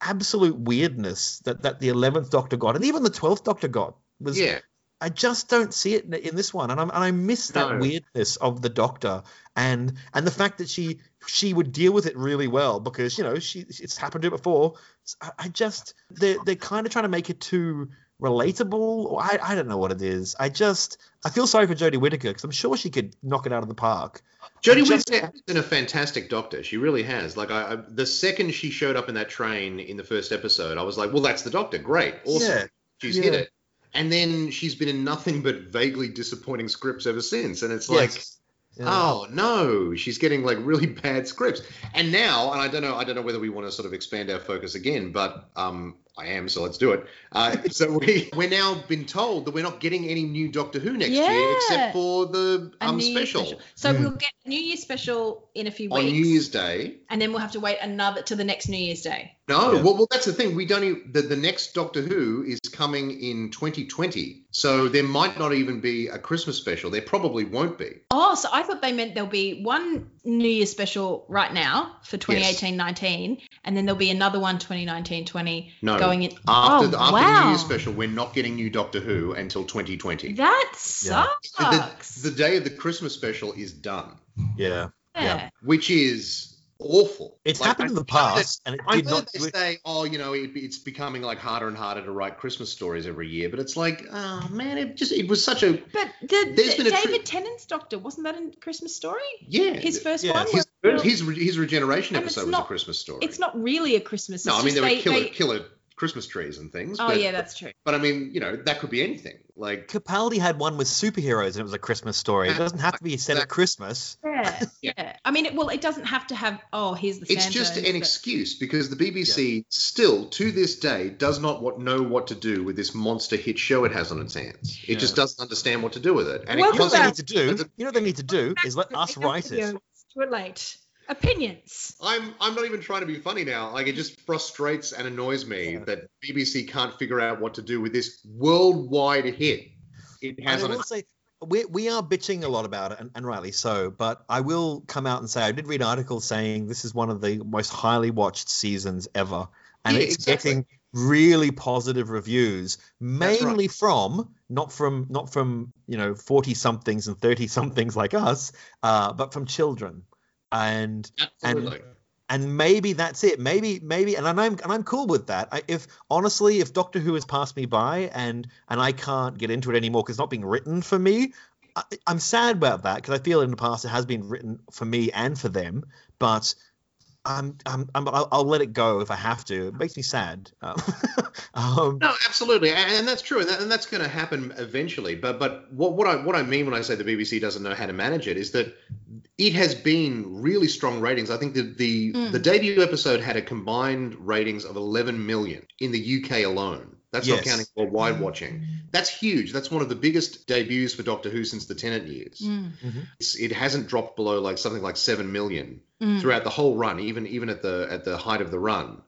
S3: absolute weirdness that that the eleventh doctor got, and even the twelfth doctor got was
S2: yeah.
S3: I just don't see it in, in this one, and I'm, and I miss that
S2: No.
S3: weirdness of the Doctor, and and the fact that she she would deal with it really well because you know she it's happened to her before. S- I, I just they they're kind of trying to make it too relatable, or I I don't know what it is. I just I feel sorry for Jodie Whittaker because I'm sure she could knock it out of the park.
S2: Jodie
S3: Just-
S2: Whittaker has been a fantastic doctor. She really has. Like, I, I the second she showed up in that train in the first episode, I was like, "Well, that's the doctor. Great, awesome.
S3: Yeah.
S2: She's
S3: Yeah.
S2: hit it." And then she's been in nothing but vaguely disappointing scripts ever since. And it's like,
S3: Yes. Yeah.
S2: oh no, she's getting like really bad scripts. And now, and I don't know, I don't know whether we want to sort of expand our focus again, but um, I am, so let's do it. Uh, so we we're now been told that we're not getting any new Doctor Who next year,
S5: Yeah.
S2: except for the
S5: A
S2: um
S5: New Year's
S2: special,
S5: So
S3: Mm.
S5: we'll get a New Year special in a few
S2: on
S5: weeks,
S2: New Year's Day.
S5: and then we'll have to wait another to the next New Year's Day.
S2: No,
S3: Yeah.
S2: well, well, that's the thing. We don't. Even, the, the next Doctor Who is coming in 2020, so there might not even be a Christmas special. There probably won't be.
S5: Oh, so I thought they meant there'll be one New Year special right now for 2018-19, and then there'll be another one 2019-20
S2: No.
S5: going in.
S2: After
S5: oh,
S2: the after the
S5: wow.
S2: New Year's special, we're not getting new Doctor Who until 2020.
S5: That
S3: Yeah.
S5: sucks.
S2: The, the day of the Christmas special is done,
S3: yeah. yeah.
S2: which is awful.
S3: It's
S2: Like,
S3: happened
S2: I-
S3: in the
S2: I know that-
S3: past, and it
S2: I
S3: did
S2: know
S3: not
S2: they
S3: do it.
S2: say, oh, you know, it, it's becoming like harder and harder to write Christmas stories every year, but it's like, oh man, it just it was such a
S5: But the,
S2: There's
S5: the-
S2: been a tr-
S5: David Tennant's Doctor wasn't that a Christmas story?
S2: yeah.
S5: His first
S3: yeah,
S5: one.
S2: his,
S5: where-
S2: his, re- his regeneration
S5: And it's
S2: episode was a
S5: not-
S2: Christmas story.
S5: it's not really a Christmas.
S2: No,
S5: it's
S2: I mean there
S5: just
S2: were
S5: they-
S2: killer
S5: they-
S2: killer Christmas trees and things.
S5: Oh
S2: but,
S5: yeah, that's true.
S2: But I mean, you know, that could be anything. Like
S3: Capaldi had one with superheroes, and it was a Christmas story. It doesn't have to be set at
S2: Exactly.
S3: Christmas.
S5: Yeah,
S2: Yeah.
S5: yeah. I mean, it, well, it doesn't have to have. Oh, here's the.
S2: it's just
S5: Santos,
S2: an
S5: but-
S2: excuse because the BBC still to this day does not what, know what to do with this monster hit show it has on its hands. It
S3: Yeah.
S2: just doesn't understand what to do with it. And it
S5: Welcome
S3: You know what they
S5: back.
S3: need to do? You know what they need to do is let us write it.
S5: It's Too late. Opinions.
S2: I'm I'm not even trying to be funny now. Like it just frustrates and annoys me that BBC can't figure out what to do with this worldwide hit it
S3: And
S2: has
S3: I
S2: on
S3: will
S2: its
S3: say, we, we are bitching a lot about it, and, and rightly so. But I will come out and say I did read articles saying this is one of the most highly watched seasons ever, and
S2: Yeah,
S3: it's
S2: exactly.
S3: getting really positive reviews,
S2: That's right.
S3: mainly from not from not from you know forty somethings and thirty somethings like us, uh, but from children. And
S2: absolutely.
S3: and maybe that's it maybe maybe and, and i'm and i'm cool with that I, if honestly if doctor who has passed me by and and i can't get into it anymore because it's not being written for me I, i'm sad about that because i feel in the past it has been written for me and for them but I'm, I'm, I'm I'll, I'll let it go if I have to. It makes me sad. Um, um,
S2: No, absolutely, and, and that's true, and, that, and that's going to happen eventually. But but what what I what I mean when I say the BBC doesn't know how to manage it is that it has been really strong ratings. I think that the
S1: Mm.
S2: the debut episode had a combined ratings of 11 million in the UK alone. That's
S3: Yes.
S2: not counting worldwide watching. That's huge. That's one of the biggest debuts for Doctor Who since the Tennant years.
S1: Mm,
S2: It's, it hasn't dropped below like something like seven million
S1: mm.
S2: throughout the whole run, even even at the at the height of the run.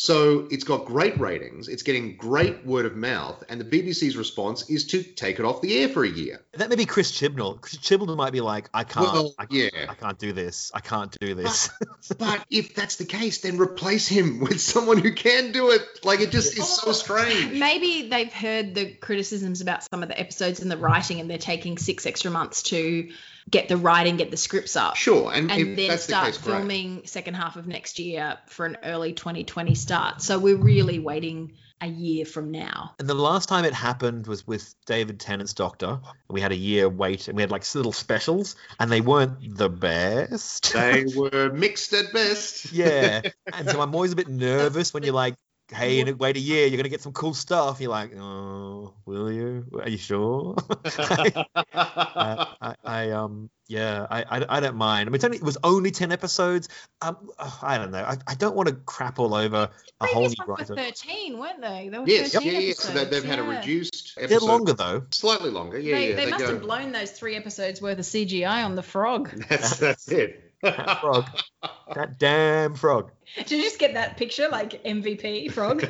S2: So it's got great ratings. It's getting great word of mouth, and the BBC's response is to take it off the air for a year.
S3: that may be Chris Chibnall. Chris Chibnall might be like, I can't,
S2: Well,
S3: I, can't
S2: yeah.
S3: I can't do this. I can't do this.
S2: But if that's the case, then replace him with someone who can do it. Like it just is
S1: Oh.
S2: so strange.
S1: Maybe they've heard the criticisms about some of the episodes and the writing, and they're taking six extra months to get the writing, get the scripts up,
S2: Sure, and,
S1: and
S2: if
S1: then
S2: that's
S1: start
S2: the case, great.
S1: filming second half of next year for an early 2020 start. So we're really waiting a year from now.
S3: And the last time it happened was with David Tennant's Doctor. We had a year wait, and we had like little specials, and they weren't the best.
S2: They were mixed at best.
S3: yeah, and so I'm always a bit nervous when you're like, "Hey, in a, wait a year, you're gonna get some cool stuff." You're like, "Oh, will you? Are you sure?" I, I, I um yeah, I, I I don't mind. I mean, it's only, it was only ten episodes. Um, ugh, I don't know. I, I don't want to crap all over a
S1: Previous
S3: whole new
S1: ones
S3: writer.
S1: were 13, weren't they? They were
S2: yes, yeah,
S1: 13
S2: yeah. So they, they've had a
S1: episodes, yeah.
S2: reduced episode.
S3: They're longer though.
S2: Slightly longer, yeah.
S1: they,
S2: yeah,
S1: they must
S2: go-
S1: have blown those three episodes worth of CGI on the frog.
S2: That's, that's it.
S3: That frog, that damn frog.
S1: Did you just get that picture, like MVP frog,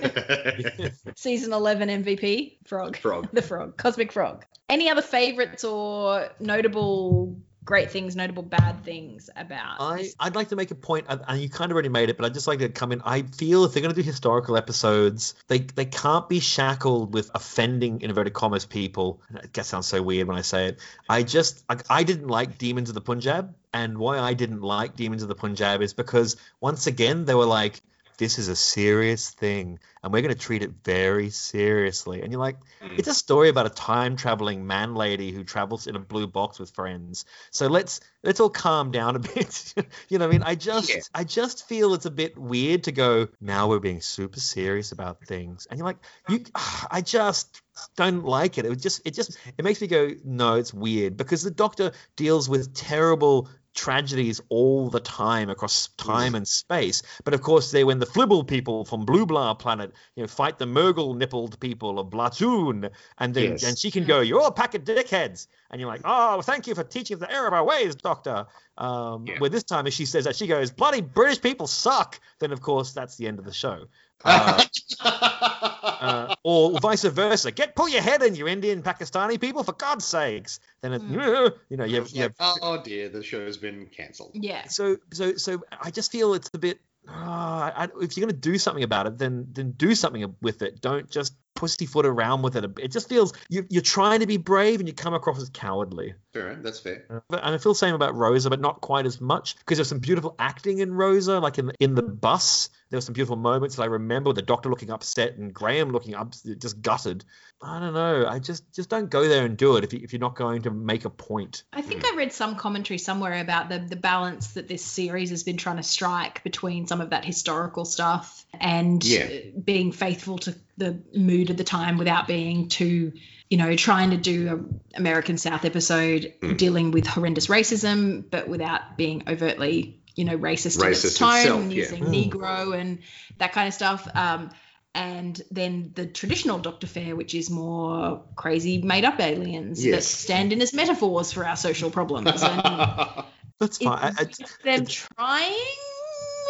S1: season eleven MVP frog,
S2: Frog.
S1: the frog, cosmic frog? Any other favorites or notable great things, notable bad things about?
S3: I,
S1: this?
S3: I'd like to make a point, and and you kind of already made it, but I'd just like to come in. I feel if they're going to do historical episodes, they, they can't be shackled with offending, in inverted commas, people. And It sounds so weird when I say it. I just, I, I didn't like Demons of the Punjab. And why I didn't like Demons of the Punjab is because, once again, they were like, this is a serious thing, and we're going to treat it very seriously. And you're like,
S2: Mm.
S3: it's a story about a time traveling man lady who travels in a blue box with friends. So let's let's all calm down a bit. you know, what I mean, I just
S2: Yeah.
S3: I just feel it's a bit weird to go now we're being super serious about things, and you're like, you, I just don't like it. It was just it just it makes me go no, it's weird because the Doctor deals with terrible tragedies all the time across time and space. But of course, they when the Flibble people from Blue Blah planet you know fight the Murgle nippled people of Blatoon, and then
S2: Yes.
S3: and she can go, "You're all a pack of dickheads," and you're like, "Oh, thank you for teaching us the error of our ways, Doctor." Um,
S2: Yeah.
S3: Where this time, if she says that, she goes, "Bloody British people suck," then of course that's the end of the show. Uh, uh, or vice versa. Get pull your head in, you Indian Pakistani people, for God's sakes. Then it, you know you have, you have
S2: oh, oh dear, the show's been cancelled.
S1: yeah,
S3: so so so I just feel it's a bit. ah, I, if you're going to do something about it, then then do something with it. Don't just pussyfoot around with it. It just feels you, you're trying to be brave and you come across as cowardly.
S2: Fair, that's fair.
S3: But- And I feel the same about Rosa, but not quite as much because there's some beautiful acting in Rosa, like in the, in the bus. There were some beautiful moments that I remember with the doctor looking upset and Graham looking up, just gutted. I don't know. I just just don't go there and do it if, you, if you're not going to make a point.
S1: I think
S2: Mm.
S1: I read some commentary somewhere about the the balance that this series has been trying to strike between some of that historical stuff and
S2: Yeah.
S1: uh, being faithful to the mood of the time without being too, you know, trying to do a American South episode
S2: Mm.
S1: dealing with horrendous racism, but without being overtly, you know, racist, in its
S2: Racist
S1: tone
S2: itself,
S1: and
S2: yeah.
S1: using
S3: Mm.
S1: Negro and that kind of stuff. Um, and then the traditional Doctor Fair, which is more crazy made up aliens that
S2: Yes.
S1: stand in as metaphors for our social problems. And
S3: That's
S1: is
S3: fine. I, I,
S1: this them trying,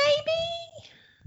S1: maybe?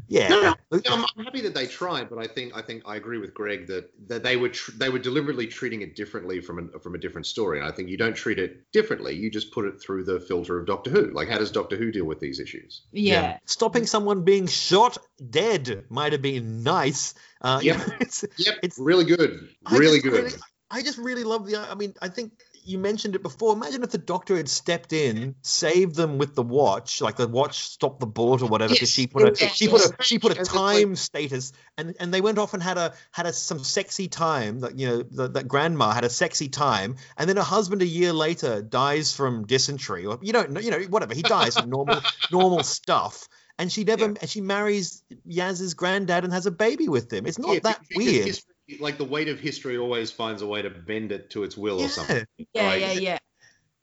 S3: yeah.
S2: I'm, I'm happy that they tried, but I think I think I agree with Greg that, that they were tr- they were deliberately treating it differently from an, from a different story, and I think you don't treat it differently. You just put it through the filter of Doctor Who. Like, how does Doctor Who deal with these issues?
S1: Yeah.
S3: Stopping someone being shot dead might have been nice. Uh, you
S2: Yep.
S3: know, it's-
S2: Yep,
S3: It's-
S2: really good,
S3: I
S2: really
S3: just
S2: good.
S3: really- I just really love the. I mean, I think you mentioned it before. Imagine if the doctor had stepped in, saved them with the watch, like the watch stopped the bullet or whatever. 'cause she put a she put a she put a
S2: Yes.
S3: time status, and and they went off and had a had a some sexy time. That you know that, that grandma had a sexy time, and then her husband a year later dies from dysentery, or you don't know, you know whatever. He dies from normal normal stuff. and she never
S2: Yeah.
S3: and she marries Yaz's granddad and has a baby with him. It's not
S2: Yeah,
S3: that
S2: because
S3: weird.
S2: history- like the weight of history always finds a way to bend it to its will or something.
S3: Yeah.
S5: Yeah,
S2: Like-
S5: yeah, yeah.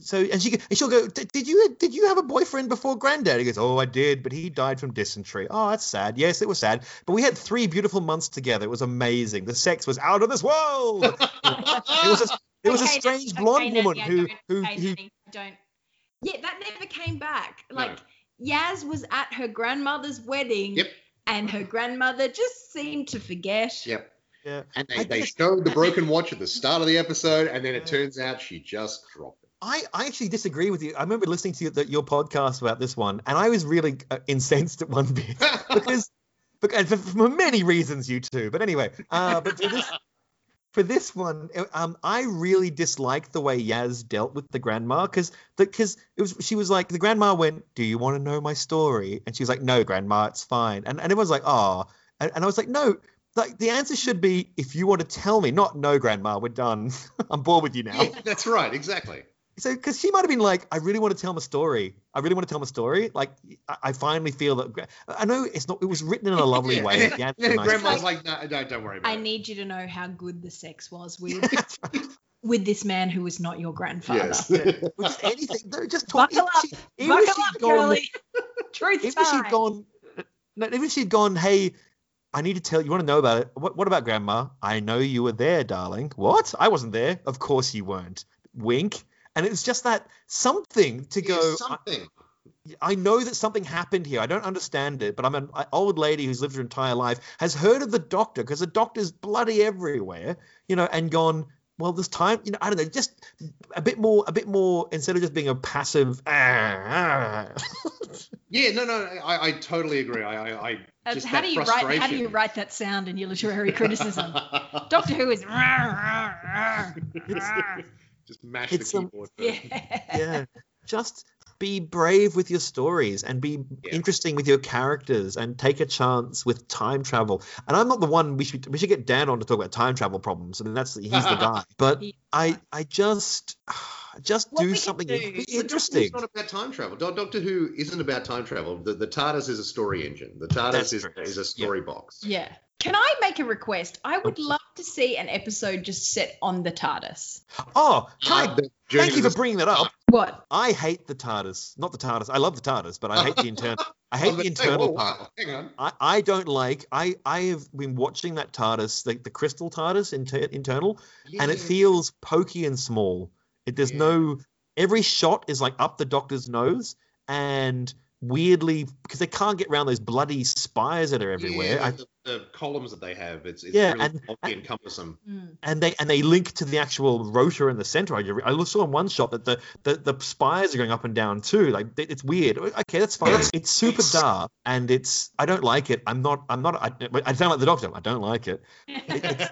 S3: So and she and she'll go. "Did did you did you have a boyfriend before granddad? He goes, oh, I did, but he died from dysentery. Oh, that's sad. Yes, it was sad, but we had three beautiful months together. It was amazing. The sex was out of this world. it was a, it was a
S5: Okay, Nanny,
S3: strange
S5: okay,
S3: blonde
S5: Nanny,
S3: woman
S5: I
S3: who
S5: don't.
S3: who,
S5: Okay,
S3: who
S5: Nanny, I don't. Yeah, that never came back.
S2: No.
S5: Like Yaz was at her grandmother's wedding,
S2: Yep.
S5: and her grandmother just seemed to forget.
S2: Yep.
S3: Yeah.
S2: And
S3: I
S2: they, they
S3: just-
S2: showed the broken watch at the start of the episode, and then it
S3: Yeah.
S2: turns out she just dropped it.
S3: I, I actually disagree with you. I remember listening to your, the, your podcast about this one, and I was really uh, incensed at one bit because, because for, for many reasons, you two. But anyway, uh, but for this for this one, uh, um, I really disliked the way Yaz dealt with the grandma because because it was she was like the grandma went, "Do you want to know my story?" And she was like, "No, grandma, it's fine." And and everyone's like, "Ah," and, and I was like, "No." Like the answer should be if you want to tell me, not no, grandma, we're done. I'm bored with you now.
S2: Yeah, that's right, exactly.
S3: So, because she might have been like, I really want to tell my story. I really want to tell my story. Like, I, I finally feel that. gra- I know it's not. It was written in a lovely
S2: Yeah.
S3: way.
S2: And
S3: Yeah,
S2: then, then
S3: nice.
S2: grandma's like, no, no, don't worry about
S5: I
S2: it.
S5: need you to know how good the sex was with with this man who was not your grandfather.
S2: Yes.
S3: Which is anything. No, just talk.
S5: Buckle up,
S3: She, even if
S5: buckle
S3: she'd
S5: up,
S3: gone-
S5: girly. Truth
S3: Even if she'd
S5: time.
S3: gone. No, even if she'd gone. Hey, I need to tell you. Want to know about it? What, what about grandma? I know you were there, darling. What? I wasn't there. Of course you weren't. Wink. And it's just that something to
S2: Here's
S3: go. I-
S2: something.
S3: I know that something happened here. I don't understand it, but I'm an old lady who's lived her entire life, has heard of the doctor because the doctor's bloody everywhere, you know, and gone, well, this time, you know, I don't know, just a bit more, a bit more, instead of just being a passive, ah, ah."
S2: Yeah, no, no, I, I totally agree. I, I, I
S5: Uh,
S2: just
S5: how
S2: that
S5: do you
S2: frustration.
S5: write? How do you write that sound in your literary criticism? Doctor Who is.
S2: just mash
S3: It's,
S2: the
S3: um,
S2: keyboard. for
S5: yeah.
S3: yeah. Just be brave with your stories and be
S2: Yeah.
S3: interesting with your characters and take a chance with time travel. And I'm not the one we should we should get Dan on to talk about time travel problems. I mean that's he's the guy. But
S5: He's
S3: I I just just
S5: What we
S3: do
S5: can
S3: something
S5: do-
S3: in-
S5: It's
S3: interesting.
S2: It's not about time travel. Do- Doctor Who isn't about time travel. The, the TARDIS is a story engine. The TARDIS
S3: That's
S2: is,
S3: true.
S2: is a story box.
S5: Yeah. Can I make a request? I would
S3: Okay.
S5: love to see an episode just set on the TARDIS.
S3: Oh, can I-
S5: Ah.
S2: Uh, the journey
S3: thank you
S2: to
S3: for bringing that up.
S5: What?
S3: I hate the TARDIS, not the TARDIS. I love the TARDIS, but I hate the internal. I
S2: the-
S3: hate the
S2: Hey,
S3: internal
S2: whoa,
S3: part.
S2: wow, Hang on.
S3: I, I don't like. I I have been watching that TARDIS, like the crystal TARDIS inter, internal, and it
S2: Yeah.
S3: feels pokey and small. It there's
S2: Yeah.
S3: no every shot is like up the doctor's nose and weirdly because they can't get around those bloody spires that are everywhere.
S2: Yeah,
S3: I-
S2: the, the columns that they have, it's, it's
S3: Yeah,
S2: really
S3: and-
S2: bulky and cumbersome.
S5: Mm.
S3: and they and they link to the actual rotor in the center. I, I saw in one shot that the, the the spires are going up and down too. Like it- it's weird. Okay, that's fine. It's, it's super dark and it's I don't like it. I'm not I'm not I, I sound like the doctor. I don't like it.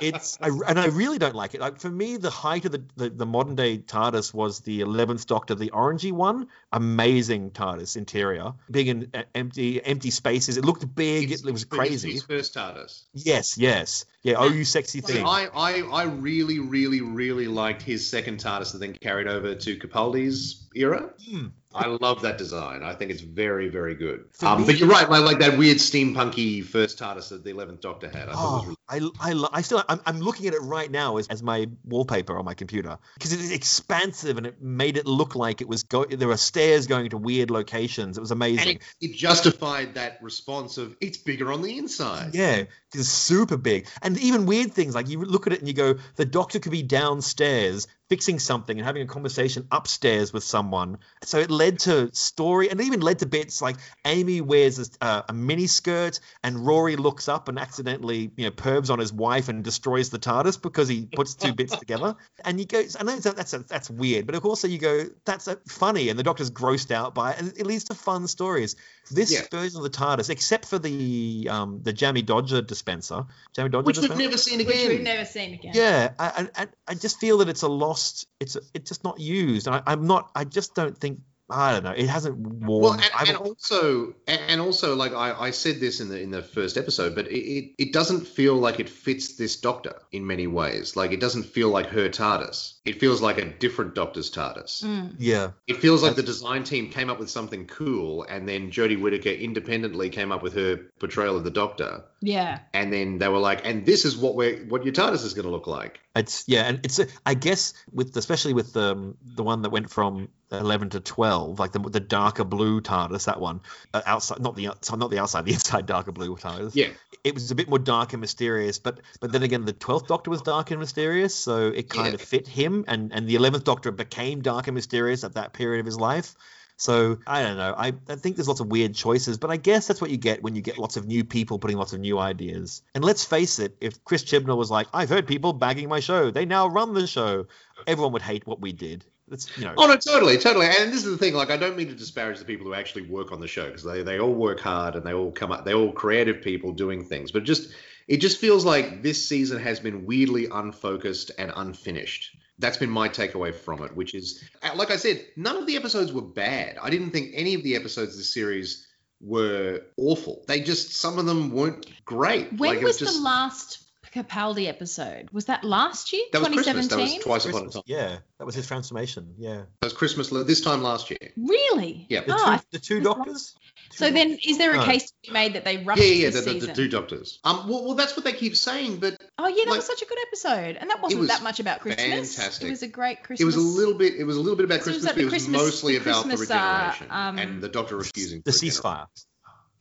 S3: It's I, and I really don't like it. Like for me, the height of the, the, the modern day TARDIS was the eleventh Doctor, the orangey one. Amazing TARDIS interior, big and uh, empty empty spaces. It looked big.
S2: It's-
S3: It, it was
S2: it's
S3: crazy.
S2: His first TARDIS.
S3: Yes, yes, yeah. Oh, you sexy
S2: See,
S3: thing.
S2: I, I, I really, really, really liked his second TARDIS and then carried over to Capaldi's era.
S3: Mm.
S2: I love that design. I think it's very, very good.
S3: For
S2: Um,
S3: me-
S2: but you're right, like, like that weird steampunky first TARDIS that the 11th Doctor had. I thought it was
S3: Oh, I, I, lo- I still, I'm, I'm looking at it right now as, as my wallpaper on my computer because it is expansive and it made it look like it was go. There were stairs going to weird locations. It was
S2: And
S3: amazing.
S2: it, it justified that response of it's bigger on the inside.
S3: Yeah, it's super big. And even weird things like you look at it and you go, the doctor could be downstairs fixing something and having a conversation upstairs with someone. So it led to story and it even led to bits like Amy wears a, uh, a mini skirt and Rory looks up and accidentally, you know, pervs on his wife and destroys the TARDIS because he puts two bits together. And you go, I know that- that's a, that's weird, but of course, so you go, that's a, funny, and the doctor's grossed out by it, and it leads to fun stories. This
S2: Yeah.
S3: version of the TARDIS, except for the um the Jammy Dodger dispenser, Jammy Dodger
S2: Which we've
S3: dispenser.
S2: never seen
S5: Which
S2: again.
S5: we've never seen again.
S3: yeah, I, I- I I just feel that it's a lost. It's a, it's just not used, and I, I'm not. I just don't think I don't know. It hasn't warmed.
S2: Well, and,
S3: Um, I've-
S2: and also, and also, like I, I said this in the in the first episode, but it, it, it doesn't feel like it fits this Doctor in many ways. Like it doesn't feel like her TARDIS. It feels like a different Doctor's TARDIS.
S1: Mm.
S3: yeah,
S2: It feels like the design team came up with something cool, and then Jodie Whittaker independently came up with her portrayal of the Doctor,
S1: Yeah.
S2: and then they were like, "And this is what we're what your TARDIS is going to look like."
S3: it's yeah, and it's I guess with especially with the um, the one that went from eleven to twelve, like the the darker blue TARDIS, that one uh, outside, not the outside, not the outside, the inside darker blue TARDIS.
S2: Yeah,
S3: it was a bit more dark and mysterious, but but then again, the twelfth Doctor was dark and mysterious, so it kind
S2: Yeah.
S3: of fit him, and and the eleventh Doctor became dark and mysterious at that period of his life. So I don't know. I, I think there's lots of weird choices, but I guess that's what you get when you get lots of new people putting lots of new ideas. And let's face it, if Chris Chibnall was like, "I've heard people bagging my show, they now run the show," everyone would hate what we did. That's you know.
S2: Oh no, totally, totally. And this is the thing. Like, I don't mean to disparage the people who actually work on the show because they, they all work hard and they all come up. They're all creative people doing things. But just it just feels like this season has been weirdly unfocused and unfinished. That's been my takeaway from it, which is, uh, like I said, none of the episodes were bad. I didn't think any of the episodes of this series were awful. They just some of them weren't great.
S1: When
S2: like, it
S1: was
S2: just-
S1: the last Capaldi episode? Was that last year?
S2: that was Christmas. That
S1: 2017?
S2: was twice upon a
S3: Christmas.
S2: time.
S3: Yeah, that was his transformation. Yeah,
S2: That was Christmas this time last year.
S1: Really?
S2: Yeah.
S3: the two
S1: Oh, I-
S3: the two doctors.
S1: so then is there a
S3: No.
S1: case to be made that they rushed
S2: Yeah, yeah, yeah, the,
S1: this
S2: the, the
S1: season?
S2: two doctors. Um, well, well, that's what they keep saying, but
S1: oh, yeah, that
S2: like-
S1: was such a good episode. And that wasn't
S2: was
S1: that much about Christmas.
S2: fantastic.
S1: It was a great Christmas.
S2: It was a little bit. It was a little bit about
S1: So it was
S2: Christmas,
S1: like
S2: but it was
S1: Christmas-
S2: mostly
S1: the
S2: about
S1: Christmas,
S2: the
S1: uh,
S2: regeneration
S1: um,
S2: and the Doctor refusing
S3: the
S2: to regenerate,
S3: ceasefire.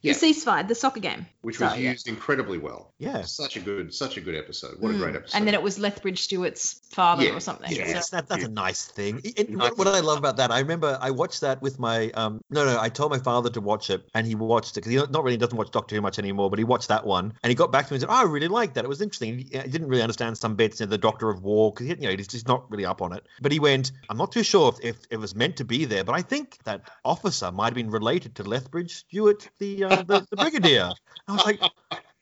S2: yeah.
S1: The ceasefire, the soccer game.
S2: which was
S1: Sorry, Oh, yeah.
S2: used incredibly well.
S3: Yeah.
S2: Such a good, such a good episode. What a
S1: Mm.
S2: great episode!
S1: And then it was Lethbridge Stewart's father
S2: Yeah,
S1: or something.
S2: yeah.
S1: So-
S3: Yes, that, that's a nice thing. And
S2: Nice.
S3: what, what I love about that, I remember I watched that with my um no no I told my father to watch it and he watched it because he not not really doesn't watch Doctor Who much anymore, but he watched that one and he got back to me and said, oh, I really liked that. It was interesting. He, he didn't really understand some bits in the Doctor of War because you know he's just not really up on it. But he went, I'm not too sure if, if it was meant to be there, but I think that officer might have been related to Lethbridge Stewart, the uh, the, the brigadier. I was like.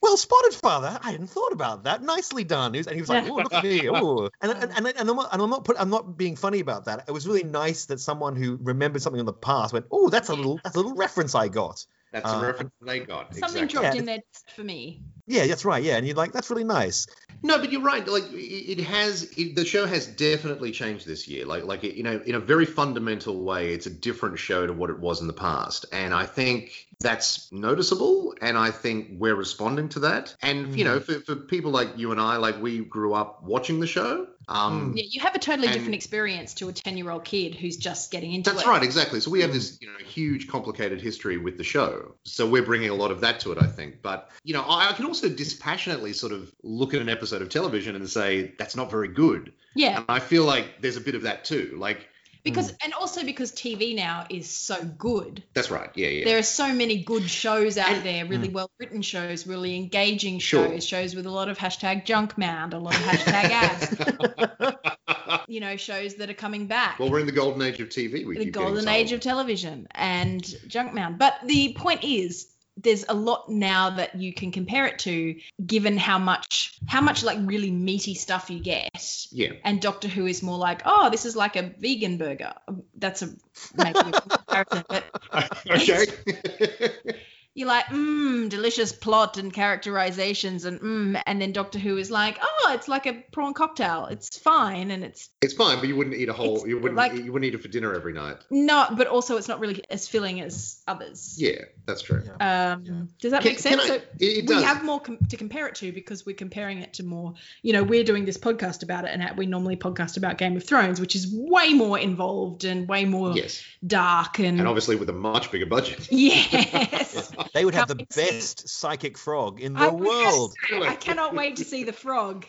S3: Well spotted, father. I hadn't thought about that. Nicely done. He was- And he was like, "Oh, look at me!" Oh, and and, and, and, I'm, not- and I'm not put, I'm not being funny about that. It was
S1: Mm.
S3: really nice that someone who remembered something in the past went, "Oh, that's a little that's a little reference I got."
S2: That's
S3: uh,
S2: a reference they got.
S1: Something
S2: exactly.
S1: dropped
S3: Yeah.
S1: in there just for me.
S3: Yeah, that's right. Yeah, and you're like, "That's really nice."
S2: No, but you're right. Like it it has, it, the show has definitely changed this year. Like, like you know, in a very fundamental way, it's a different show to what it was in the past, and I think that's noticeable. And I think we're responding to that. And you know, for, for people like you and I, like we grew up watching the show. Um,
S1: Yeah, you have a totally
S2: And-
S1: different experience to a 10 year old kid who's just getting into
S2: That's
S1: it.
S2: right, exactly. So we have this, you know, huge, complicated history with the show. So we're bringing a lot of that to it, I think. But you know, I, I can also dispassionately sort of look at an episode of television and say that's not very good.
S1: Yeah,
S2: And I feel like there's a bit of that too. Like
S1: because and also because TV now is so good.
S2: that's right. Yeah, yeah.
S1: There are so many good shows out
S2: And- mm.
S1: there, really well written shows, really engaging
S2: Sure.
S1: shows, shows with a lot of hashtag junk mound, a lot of hashtag ads, you know, shows that are coming back.
S2: well, we're in the golden age of TV.
S1: the
S2: We keep getting
S1: golden
S2: told.
S1: age of television and junk mound. But the point is, there's a lot now that you can compare it to, given how much how much like really meaty stuff you get.
S2: Yeah.
S1: And Doctor Who is more like, oh, this is like a vegan burger. That's a maybe a comparison, but
S2: okay.
S1: you're like, mmm, delicious plot and characterizations, and mmm, and then Doctor Who is like, oh, it's like a prawn cocktail. It's fine, and it's
S2: it's fine, but you wouldn't eat a whole.
S1: It's
S2: you wouldn't.
S1: like-
S2: you wouldn't eat it for dinner every night.
S1: not, but also it's not really as filling as others.
S2: Yeah, that's true.
S3: Yeah.
S1: Um,
S3: Yeah.
S1: Does that
S2: Can-
S1: make sense?
S2: can I-
S1: so
S2: it, it
S1: we
S2: does.
S1: have more com- to compare it to because we're comparing it to more. You know, we're doing this podcast about it, and we normally podcast about Game of Thrones, which is way more involved and way more
S2: yes,
S1: dark and,
S2: and obviously with a much bigger budget.
S1: yes.
S3: They would have the
S1: Coming soon.
S3: best psychic frog in the
S1: I was gonna
S3: world.
S1: say, I cannot wait to see the frog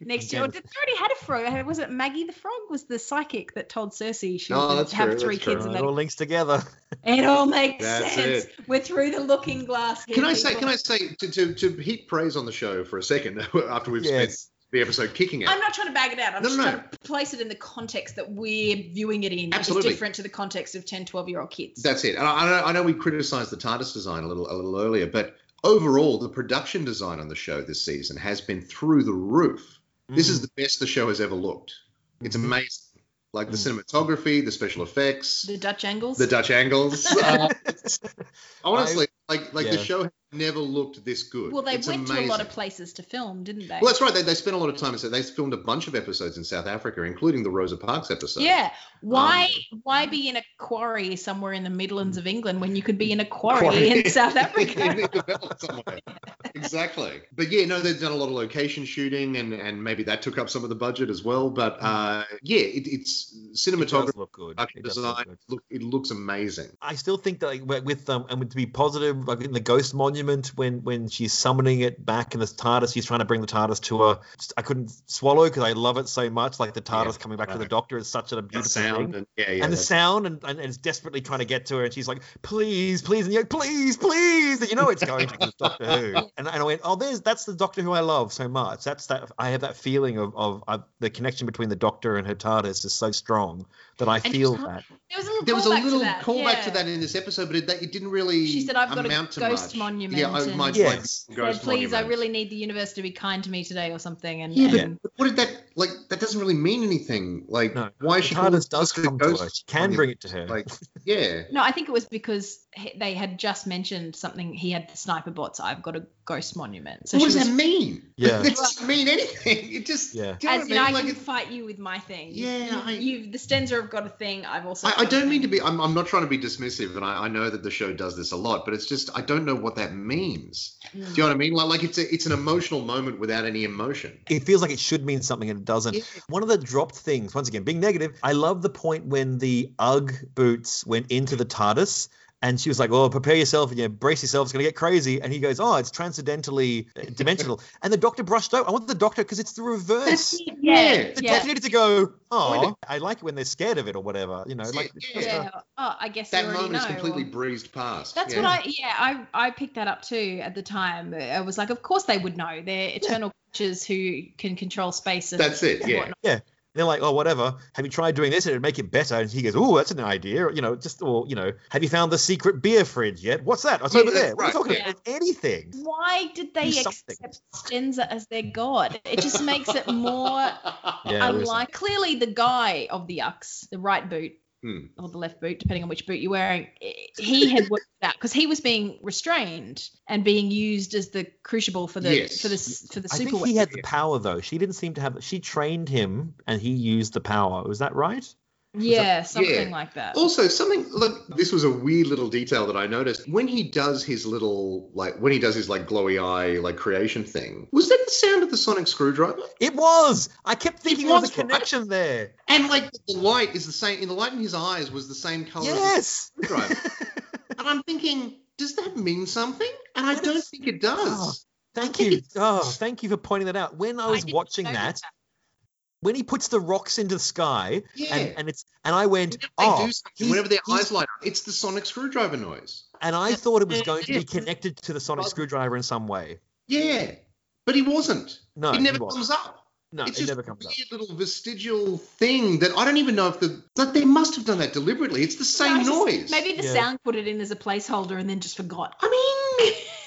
S1: next year.
S3: Game
S1: Or
S3: of-
S1: did- They already had a frog. Uh, Was it Maggie the frog? Was the psychic that told Cersei she
S2: No,
S1: would
S2: that's
S1: have
S2: true,
S1: three
S2: that's true.
S1: kids?
S3: Uh,
S1: And
S3: it all
S1: that,
S3: links together.
S1: it all makes
S2: That's
S1: sense. We're through the looking glass. here,
S2: Can I say?
S1: people.
S2: Can I say to, to to heap praise on the show for a second after we've spent
S3: yes.
S2: the episode kicking it?
S1: I'm not trying to bag it out. I'm
S2: No,
S1: just
S2: no, no.
S1: trying to place it in the context that we're viewing it in, which is
S2: Absolutely.
S1: different to the context of 10, 12 year old kids.
S2: That's it. And I, I know, I know we criticised the TARDIS design a little a little earlier, but overall the production design on the show this season
S3: Mm.
S1: Mm.
S2: has been through the roof. This is the best the show has ever looked. It's amazing. like the cinematography, the special effects,
S1: The Dutch angles.
S2: the Dutch angles. Uh, honestly, like like the
S3: yeah.
S2: show has never looked this good.
S1: well, they
S2: It's
S1: went to a lot
S2: amazing.
S1: of places to film, didn't they?
S2: Well, that's right. They, they spent a lot of time. So they filmed a bunch of episodes in South Africa, including the Rosa Parks episode.
S1: yeah. Why
S2: um,
S1: why be in a quarry somewhere in the Midlands of England when you could be in a quarry, in South
S2: In
S1: Africa?
S2: the middle somewhere. exactly. But yeah, no, they've done a lot of location shooting, and and maybe that took up some of the budget as well. But
S1: Mm.
S2: uh, yeah, it, it's
S3: It does
S2: cinematography,
S3: look good.
S2: production
S3: It does look
S2: design.
S3: good.
S2: Look, it looks amazing.
S3: I still think that like with- with um and to be positive, like in the Ghost Monument, when when she's summoning it back in the TARDIS, she's trying to bring the TARDIS to her. Just- I couldn't swallow because I love it so much. Like the TARDIS coming back to the
S2: right.
S3: Doctor is such a
S2: The
S3: beautiful
S2: sound
S3: thing.
S2: and yeah, yeah.
S3: and the
S2: that's-
S3: sound and, and it's desperately trying to get to her and she's like please please and you're like please please and you know it's going to 'cause it's doctor who and, and i went oh there's that's the doctor who i love so much that's that i have that feeling of, of, of the connection between the doctor and her tardis is so strong that i
S1: you
S3: feel
S1: can't-
S3: that
S1: There was a little
S2: there was a
S1: callback
S2: little
S1: to that.
S2: callback
S1: yeah.
S2: to that in this episode, but it, that- it didn't really.
S1: She said, "I've got a
S2: amount to
S1: ghost
S2: much.
S1: monument
S2: Yeah, I,
S1: and-
S2: my,
S3: Yes.
S2: my
S1: Said,
S2: ghost
S1: please, I
S2: monument."
S1: really need the universe to be kind to me today, or something. And,
S2: Yeah, but
S1: and-
S2: what did that like? That doesn't really mean anything. Like,
S3: No.
S2: why
S3: the
S2: is she calling
S3: tardis does
S2: the
S3: come to
S2: ghost
S3: her she can
S2: monument?
S3: bring it to her
S2: Like, yeah,
S1: no, I think it was because he- they had just mentioned something. He had the sniper bots. I've got a ghost monument. So
S2: what
S1: she was,
S2: does that mean?
S3: Yeah.
S2: that doesn't mean anything. It just
S3: Yeah.
S2: Do you know
S1: as
S2: what
S1: you know,
S2: I
S1: I
S2: mean? Like,
S1: can
S2: it-
S1: fight you with my thing.
S2: Yeah,
S1: you,
S2: I-
S1: you've the Stenzer have got a thing. I've also.
S2: I,
S1: got
S2: I
S1: a
S2: don't mean to
S1: thing.
S2: be. I'm, I'm not trying to be dismissive, and I, I know that the show does this a lot, but it's just I don't know what that means. Do
S1: Mm.
S2: you know what I mean? Like, like it's a, it's an emotional moment without any emotion.
S3: it feels like it should mean something and it doesn't.
S2: Yeah.
S3: One of the dropped things, once again, being negative, I love the point when the UGG boots went into the TARDIS and she was like, Oh, prepare yourself and you know, brace yourself, it's going to get crazy. And he goes, Oh, it's transcendentally uh, dimensional. and the doctor brushed over. I want the doctor because it's the reverse.
S1: Yeah,
S3: The
S1: yeah,
S3: doctor needed to go,
S2: Point
S3: Oh, I like it when they're scared of it or whatever. You know,
S2: That's
S3: like,
S2: it,
S3: it's
S2: yeah.
S1: yeah.
S3: just a-
S1: Oh, I guess
S2: That
S1: you already
S2: moment is
S1: know,
S2: completely
S1: or-
S2: breezed past.
S1: That's
S2: Yeah.
S1: what I yeah I I picked that up too at the time. I was like, of course they would know. They're eternal creatures who can control space and
S2: That's it.
S1: and
S2: Yeah.
S1: whatnot.
S3: They're like, oh, whatever. Have you tried doing this? It'd make it better. And he goes, oh, that's an idea. Or, You know, just or you know, have you found the secret beer fridge yet? What's that? Oh, It's
S2: Yeah,
S3: over
S2: that's
S3: there. What
S2: right,
S3: are you talking
S1: yeah.
S3: about? Anything.
S1: Why did they
S3: Do
S1: accept
S3: something.
S1: Stenza as their god? It just makes it more
S3: Yeah,
S1: unlike. Clearly, the guy of the Ux, the right boot
S2: Hmm.
S1: or the left boot, depending on which boot you're wearing, eh, he had worked it out because he was being restrained and being used as the crucible for the
S2: Yes.
S1: for the s- for the
S3: I
S1: super.
S3: think he had the power though. She didn't seem to have. She trained him, and he used the power. Was that right?
S1: yeah, something
S2: yeah.
S1: like that.
S2: Also, something look, this was a weird little detail that I noticed. When he does his little like when he does his like glowy eye like creation thing, was that the sound of the sonic screwdriver?
S3: It was. I kept thinking there was
S2: was,
S3: a
S2: right?
S3: connection there.
S2: And like the light is the same in the light in his eyes was the same color
S3: Yes.
S2: as the screwdriver. and I'm thinking, does that mean something? And I
S3: That
S2: don't
S3: is-
S2: think it does.
S3: Thank
S2: I
S3: you.
S2: think
S3: Oh, thank you for pointing that out. When I was
S1: didn't
S3: watching
S1: notice
S3: that, when he puts the rocks into the sky,
S2: Yeah.
S3: and, and it's and I went,
S2: Whenever they
S3: oh,
S2: do something,
S3: he's-
S2: whenever their
S3: he's
S2: eyes light up, it's the sonic screwdriver noise.
S3: and I thought it was going to
S2: Yeah.
S3: be connected to the sonic
S2: Well-
S3: screwdriver in some way.
S2: Yeah. But he wasn't.
S3: No,
S2: it never
S3: he wasn't.
S2: comes up.
S3: No,
S2: it's
S3: it
S2: just
S3: never comes
S2: a
S3: up.
S2: weird little vestigial thing that I don't even know if the that they must have done that deliberately. It's the
S1: No,
S2: same
S1: it's just-
S2: noise.
S1: Maybe the
S3: Yeah.
S1: sound put it in as a placeholder and then just forgot.
S2: I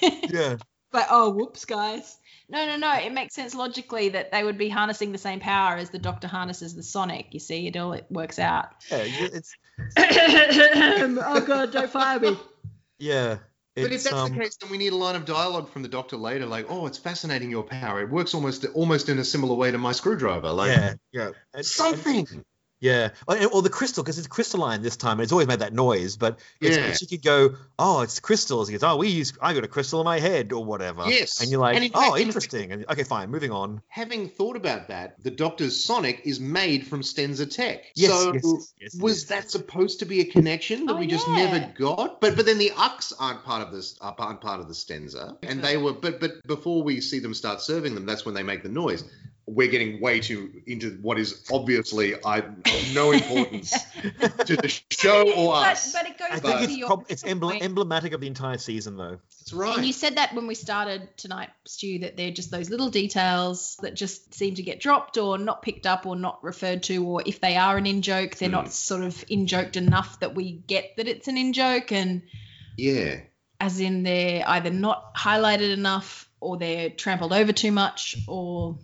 S2: mean,
S3: Yeah,
S1: But oh, whoops, guys. No, no, no. It makes sense logically that they would be harnessing the same power as the Doctor harnesses the Sonic. You see, it all it works out.
S3: yeah, it's
S1: oh God, don't fire me.
S3: yeah.
S2: but if
S3: it's,
S2: that's
S3: um,
S2: the case, then we need a line of dialogue from the doctor later, like, "Oh, it's fascinating your power. It works almost almost in a similar way to my screwdriver." Like,
S3: yeah, yeah, And-
S2: something.
S3: Yeah, or, or the crystal because it's crystalline this time, and it's always made that noise. But it's,
S2: Yeah.
S3: she could go, "Oh, it's crystals." He goes, "Oh, we use. I got a crystal in my head, or whatever."
S2: Yes.
S3: and you're like,
S2: And in
S3: "Oh,
S2: fact- in
S3: interesting." And okay, fine, moving on.
S2: Having thought about that, the doctor's Sonic is made from Stenza Tech.
S3: Yes,
S2: so
S3: yes, yes, yes,
S2: was
S3: yes.
S2: that supposed to be a connection that
S1: Oh,
S2: we just
S1: yeah.
S2: never got? But but then the Ux aren't part of this aren't part of the Stenza, and they were. But but before we see them start serving them, that's when they make the noise. We're getting way too into what is obviously I, of no importance to the show or
S1: But,
S2: us.
S1: but it goes
S3: I
S1: back
S2: But-
S3: think
S1: to
S3: it's
S1: your.
S3: prob- it's emblem-
S1: point.
S3: emblematic of the entire season, though.
S2: that's right.
S1: And you said that when we started tonight, Stu, that they're just those little details that just seem to get dropped or not picked up or not referred to, or if they are an in joke,
S3: Hmm.
S1: they're not sort of in joked enough that we get that it's an in joke, and
S2: yeah.
S1: as in they're either not highlighted enough or they're trampled over too much, or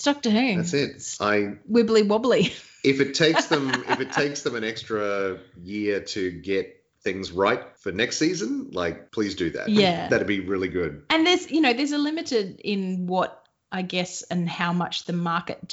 S1: it's Doctor Who.
S2: That's it.
S1: It's
S2: I
S1: wibbly wobbly.
S2: If it takes them, if it takes them an extra year to get things right for next season, like please do that.
S1: Yeah.
S2: that'd be really good.
S1: And there's, you know, there's a limited in what I guess and how much the market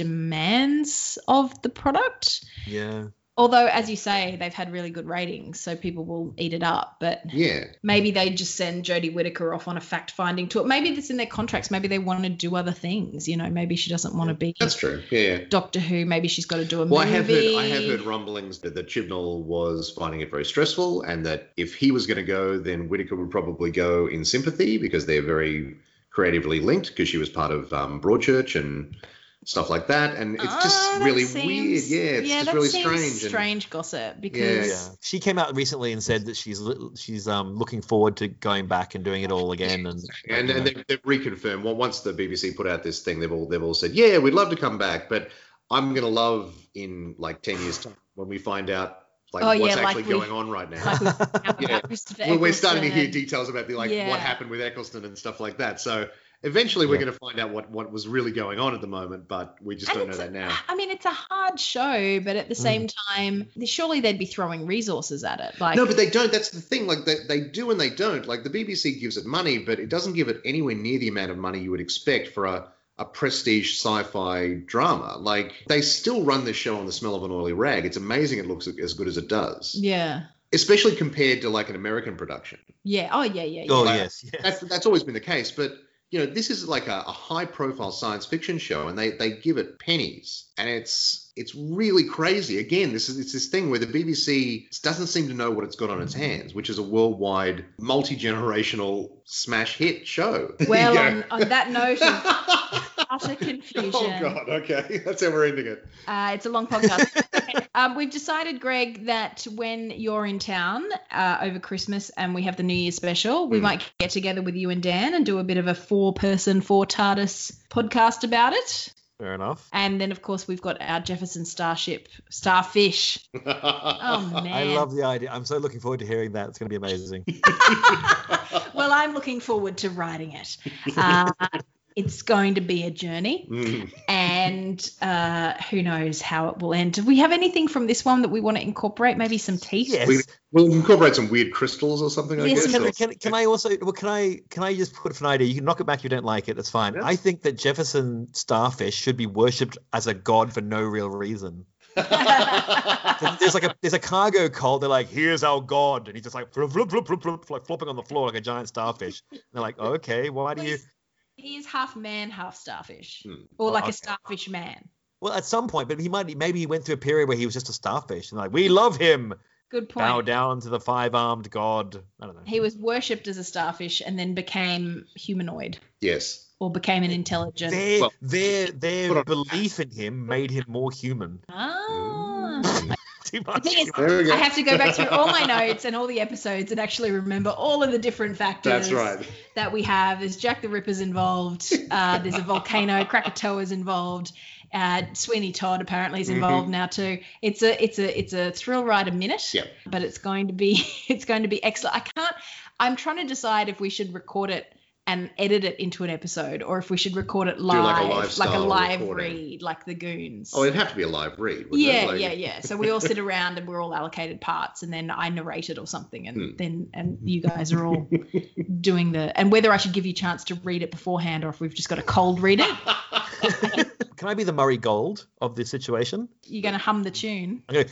S1: demands of the product.
S3: Yeah.
S1: Although, as you say, they've had really good ratings, so people will eat it up. But
S2: Yeah,
S1: maybe they just send Jodie Whittaker off on a fact finding tour. Maybe that's in their contracts. Maybe they want to do other things. You know, maybe she doesn't want to be
S2: that's true. Yeah.
S1: Doctor Who. Maybe she's got to do a
S2: Well, I
S1: movie.
S2: have heard I have heard rumblings that, that Chibnall was finding it very stressful, and that if he was going to go, then Whitaker would probably go in sympathy because they're very creatively linked because she was part of um, Broadchurch and stuff like that, and it's just
S1: Oh, that
S2: really
S1: seems-
S2: weird. Yeah, it's
S1: yeah,
S2: just
S1: that
S2: really
S1: seems
S2: strange. and-
S1: Strange gossip because
S3: Yeah. She came out recently and said that she's li- she's um looking forward to going back and doing it all again and
S2: and and they've, they've reconfirmed. Well, once the BBC put out this thing, they've all they've all said, yeah, we'd love to come back, but I'm gonna love in like ten years time when we find out like
S1: Oh, yeah,
S2: what's
S1: like
S2: actually
S1: we-
S2: going on right now.
S1: like we found out
S2: Yeah.
S1: about Christopher
S2: well, we're starting to
S1: Eccleston
S2: hear
S1: and-
S2: details about the like
S1: Yeah.
S2: what happened with Eccleston and stuff like that. So eventually we're
S3: Yeah.
S2: going to find out what what was really going on at the moment, but we just
S1: And
S2: don't know
S1: it's
S2: that
S1: a-
S2: now. Mm.
S1: I mean, it's a hard show, but at the same time, surely they'd be throwing resources at it. Like,
S2: no, but they don't. That's the thing. Like they, they do and they don't. Like the BBC gives it money, but it doesn't give it anywhere near the amount of money you would expect for a, a prestige sci-fi drama. Like they still run this show on the smell of an oily rag. It's amazing it looks as good as it does,
S1: yeah,
S2: especially compared to like an American production.
S1: yeah, oh yeah, yeah, yeah.
S3: oh
S2: Like-
S3: yes, yes.
S2: That's that's always been the case, but. You know, this is like a, a high-profile science fiction show, and they, they give it pennies, and it's it's really crazy. Again, this is it's this thing where the BBC doesn't seem to know what it's got on its
S1: Mm-hmm.
S2: hands, which is a worldwide, multi-generational smash hit show. There you
S1: Well, um,
S2: go.
S1: on, on that note of utter confusion,
S2: oh god, okay, that's how we're ending it.
S1: Uh, it's a long podcast. um, we've decided, Greg, that when you're in town uh, over Christmas and we have the New Year special, we
S2: Mm.
S1: might get together with you and Dan and do a bit of a four-person, four-TARDIS podcast about it.
S3: Fair enough.
S1: And then, of course, we've got our Jefferson Starship Starfish. Oh man!
S3: I love the idea. I'm so looking forward to hearing that. It's going to be amazing.
S1: Well, I'm looking forward to writing it. Uh, it's going to be a journey,
S2: Mm.
S1: and uh, who knows how it will end. Do we have anything from this one that we want to incorporate? Maybe some teeth.
S3: yes.
S2: We- We'll incorporate some weird crystals or something. I
S1: Yes,
S2: guess.
S3: Can,
S2: or-
S3: can, can I also? Well, can I? Can I just put for an idea? You can knock it back if you don't like it. That's fine.
S2: Yeah.
S3: I think that Jefferson Starfish should be worshipped as a god for no real reason. There's like a there's a cargo cult. They're like, here's our god, and he's just like, flop, flop, flop, flop, flop, like flopping on the floor like a giant starfish. And they're like, okay, why do you?
S1: He is half man, half starfish,
S2: Hmm.
S1: or like
S3: Oh, Okay.
S1: a starfish man.
S3: Well, at some point, but he might maybe he went through a period where he was just a starfish, and like, we love him.
S1: Good point.
S3: Bow down to the five armed god. I don't know.
S1: He was worshipped as a starfish and then became humanoid
S2: yes.
S1: or became an intelligent.
S3: their
S2: Well-
S3: their
S2: Put
S3: their
S2: on-
S3: belief in him made him more human.
S1: Ah.
S3: Too much.
S1: The thing is,
S2: There we go.
S1: I have to go back through all my notes and all the episodes and actually remember all of the different factors
S2: That's right.
S1: that we have. There's Jack the Ripper's involved. Uh, there's a volcano. Krakatoa's involved. Uh, Sweeney Todd apparently is
S2: Mm-hmm.
S1: involved now too. It's a it's a it's a thrill ride a minute.
S2: Yep.
S1: But it's going to be it's going to be excellent. I can't. I'm trying to decide if we should record it and edit it into an episode or if we should record it
S2: like a
S1: live,
S2: live
S1: like a
S2: style
S1: live
S2: recording.
S1: read, like the Goons.
S2: Oh, it'd have to be a live read. wouldn't it?
S1: Yeah,
S2: Like-
S1: yeah, yeah. So we all sit around and we're all allocated parts, and then I narrate it or something, and
S2: Hmm.
S1: then and you guys are all doing the and whether I should give you a chance to read it beforehand or if we've just got a cold read it.
S3: Can I be the Murray Gold of this situation?
S1: You're gonna hum the tune.
S3: I'm going to,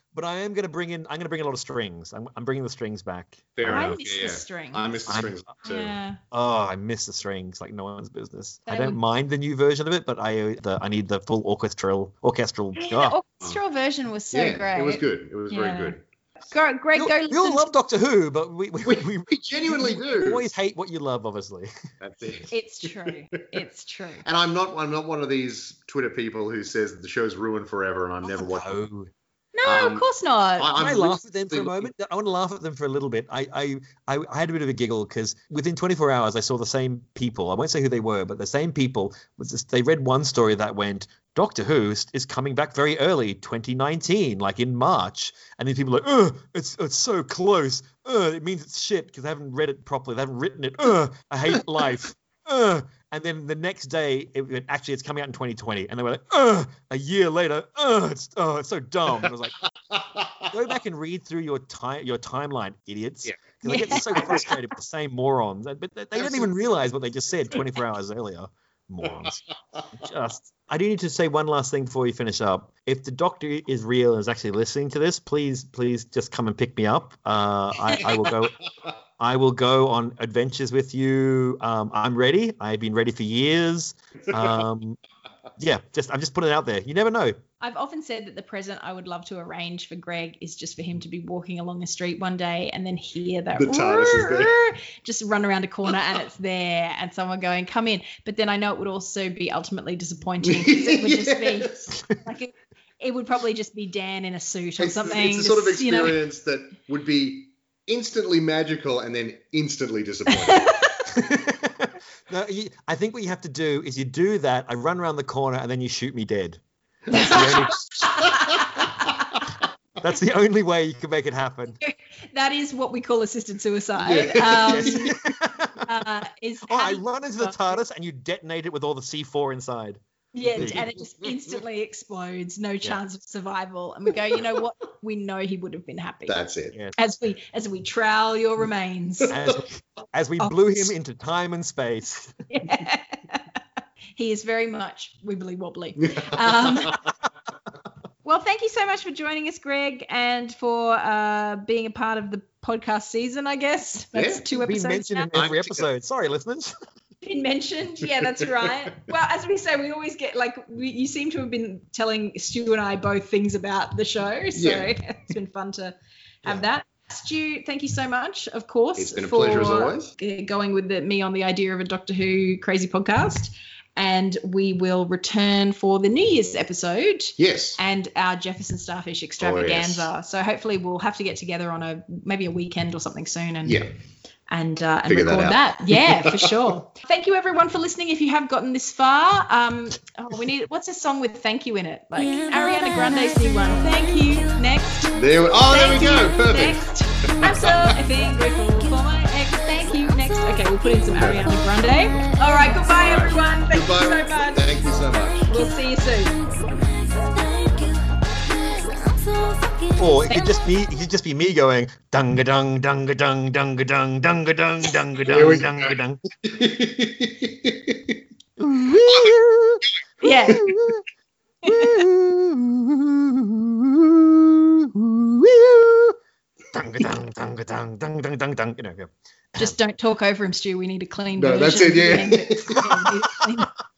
S3: but I am going to bring in. I'm going to bring a lot of strings. I'm, I'm bringing the strings back.
S2: Fair
S1: I
S2: enough.
S1: miss
S2: yeah,
S1: the
S2: yeah.
S1: string.
S2: I miss the
S3: I'm-
S2: strings too.
S1: Yeah.
S3: Oh, I miss the strings like no one's business. I
S1: They
S3: don't
S1: would-
S3: mind the new version of it, but I uh, the, I need the full orchestral orchestral.
S1: Yeah,
S3: Oh.
S1: the orchestral version was so
S2: yeah,
S1: great.
S2: It was good. It was
S1: Yeah.
S2: very good.
S1: Go, Greg,
S3: You,
S1: go
S3: you all
S1: listen.
S3: love Doctor Who, but we we, we,
S2: We genuinely
S3: we
S2: do.
S3: always hate what you love, obviously.
S2: That's it.
S1: it's true. It's true.
S2: And I'm not I'm not one of these Twitter people who says that the show's ruined forever and I'm
S1: Oh,
S2: never watching. it.
S3: No.
S1: No,
S2: Um,
S1: of course
S2: I-
S1: not.
S2: I'm
S3: Can I
S2: really-
S3: laugh at them for a
S2: really-
S3: moment? I want to laugh at them for a little bit. I I, I, I had a bit of a giggle because within 24 hours, I saw the same people. I won't say who they were, but the same people. Was just, they read one story that went, Doctor Who is- is coming back very early, 2019, like in March. And then people are like, ugh, it's, it's so close. Ugh, it means it's shit because they haven't read it properly. They haven't written it. Ugh, I hate life. Ugh. And then the next day, it, went, actually, it's coming out in 2020. And they were like, Ugh. a year later, Ugh, it's, oh, it's so dumb. And I was like, go back and read through your time your timeline, idiots.
S2: Yeah.
S3: 'Cause I get so frustrated with the same morons. But they, they don't even realize what they just said 24 hours earlier. Morons. just. I do need to say one last thing before you finish up. If the doctor is real and is actually listening to this, please, please just come and pick me up. Uh, I, I will go. I will go on adventures with you. Um, I'm ready. I've been ready for years. Um, yeah, just I'm just putting it out there. You never know.
S1: I've often said that the present I would love to arrange for Greg is just for him to be walking along a street one day and then hear that
S2: The TARDIS is there.
S1: "Rrrr," just run around a corner and it's there and someone going, come in. But then I know it would also be ultimately disappointing 'cause it would just be
S2: Yes.
S1: like it, it would probably just be Dan in a suit or
S2: It's,
S1: something.
S2: it's the sort of
S1: just, you know.
S2: experience that would be instantly magical and then instantly disappointing.
S3: no, you, I think what you have to do is you do that. I run around the corner and then you shoot me dead. That's the only way you can make it happen.
S1: that is what we call assisted suicide.
S2: Yeah.
S1: Um,
S3: Yes.
S1: uh, is
S3: oh, I
S1: having-
S3: run into the TARDIS and you detonate it with all the C4 inside.
S1: Yes, and it just instantly explodes. No chance of survival. And we go, you know what? We know he would have been happy.
S2: That's it.
S3: Yes.
S1: as we as we trowel your remains.
S3: As, as we
S1: Oh,
S3: blew him into time and space.
S1: Yeah. he is very much wibbly wobbly. Um, well, thank you so much for joining us, Greg, and for uh, being a part of the podcast season. I guess that's
S2: Yeah,
S1: two
S3: We
S1: episodes
S3: mentioned
S1: now.
S3: in every
S2: I'm-
S3: episode. Sorry, listeners.
S1: Been mentioned, yeah, that's right. well, as we say, we always get like we, you seem to have been telling Stu and I both things about the show, so
S2: Yeah.
S1: it's been fun to have
S3: Yeah.
S1: that. Stu, thank you so much. Of course,
S2: It's been a pleasure as always.
S1: uh, going with the, me on the idea of a Doctor Who crazy podcast. And we will return for the New Year's episode
S2: Yes.
S1: and our Jefferson
S2: Oh,
S1: Starfish extravaganza. So hopefully we'll have to get together on a maybe a weekend or something soon and
S2: Yeah.
S1: and uh, and
S2: Figure that
S1: record
S2: out.
S1: that. Yeah, for sure. Thank you everyone for listening. If you have gotten this far, um, oh, we need what's a song with thank you in it? Like Ariana Grande's new one. Thank you. Next.
S2: There. We, oh, there we
S1: Thank
S2: go.
S1: you.
S2: Perfect.
S1: Next. I'm so effing grateful for my ex. Thank you. Next. Okay, we'll put in some Ariana Grande. All right. Goodbye, everyone. Thank
S2: Goodbye.
S1: you so much.
S2: Thank you so much.
S1: We'll see you soon.
S3: Or it could just be it could just be me going dunga dung dunga dung dunga dung dunga dung dunga
S2: There we
S3: dung
S2: go.
S3: dunga dung.
S1: Yeah.
S3: Dung, dung, dung, dung, dung, dung, dung, dung. You know, yeah.
S1: Just don't talk over him, Stu. We need a clean
S2: No,
S1: version.
S2: that's it, yeah.
S1: We need a clean-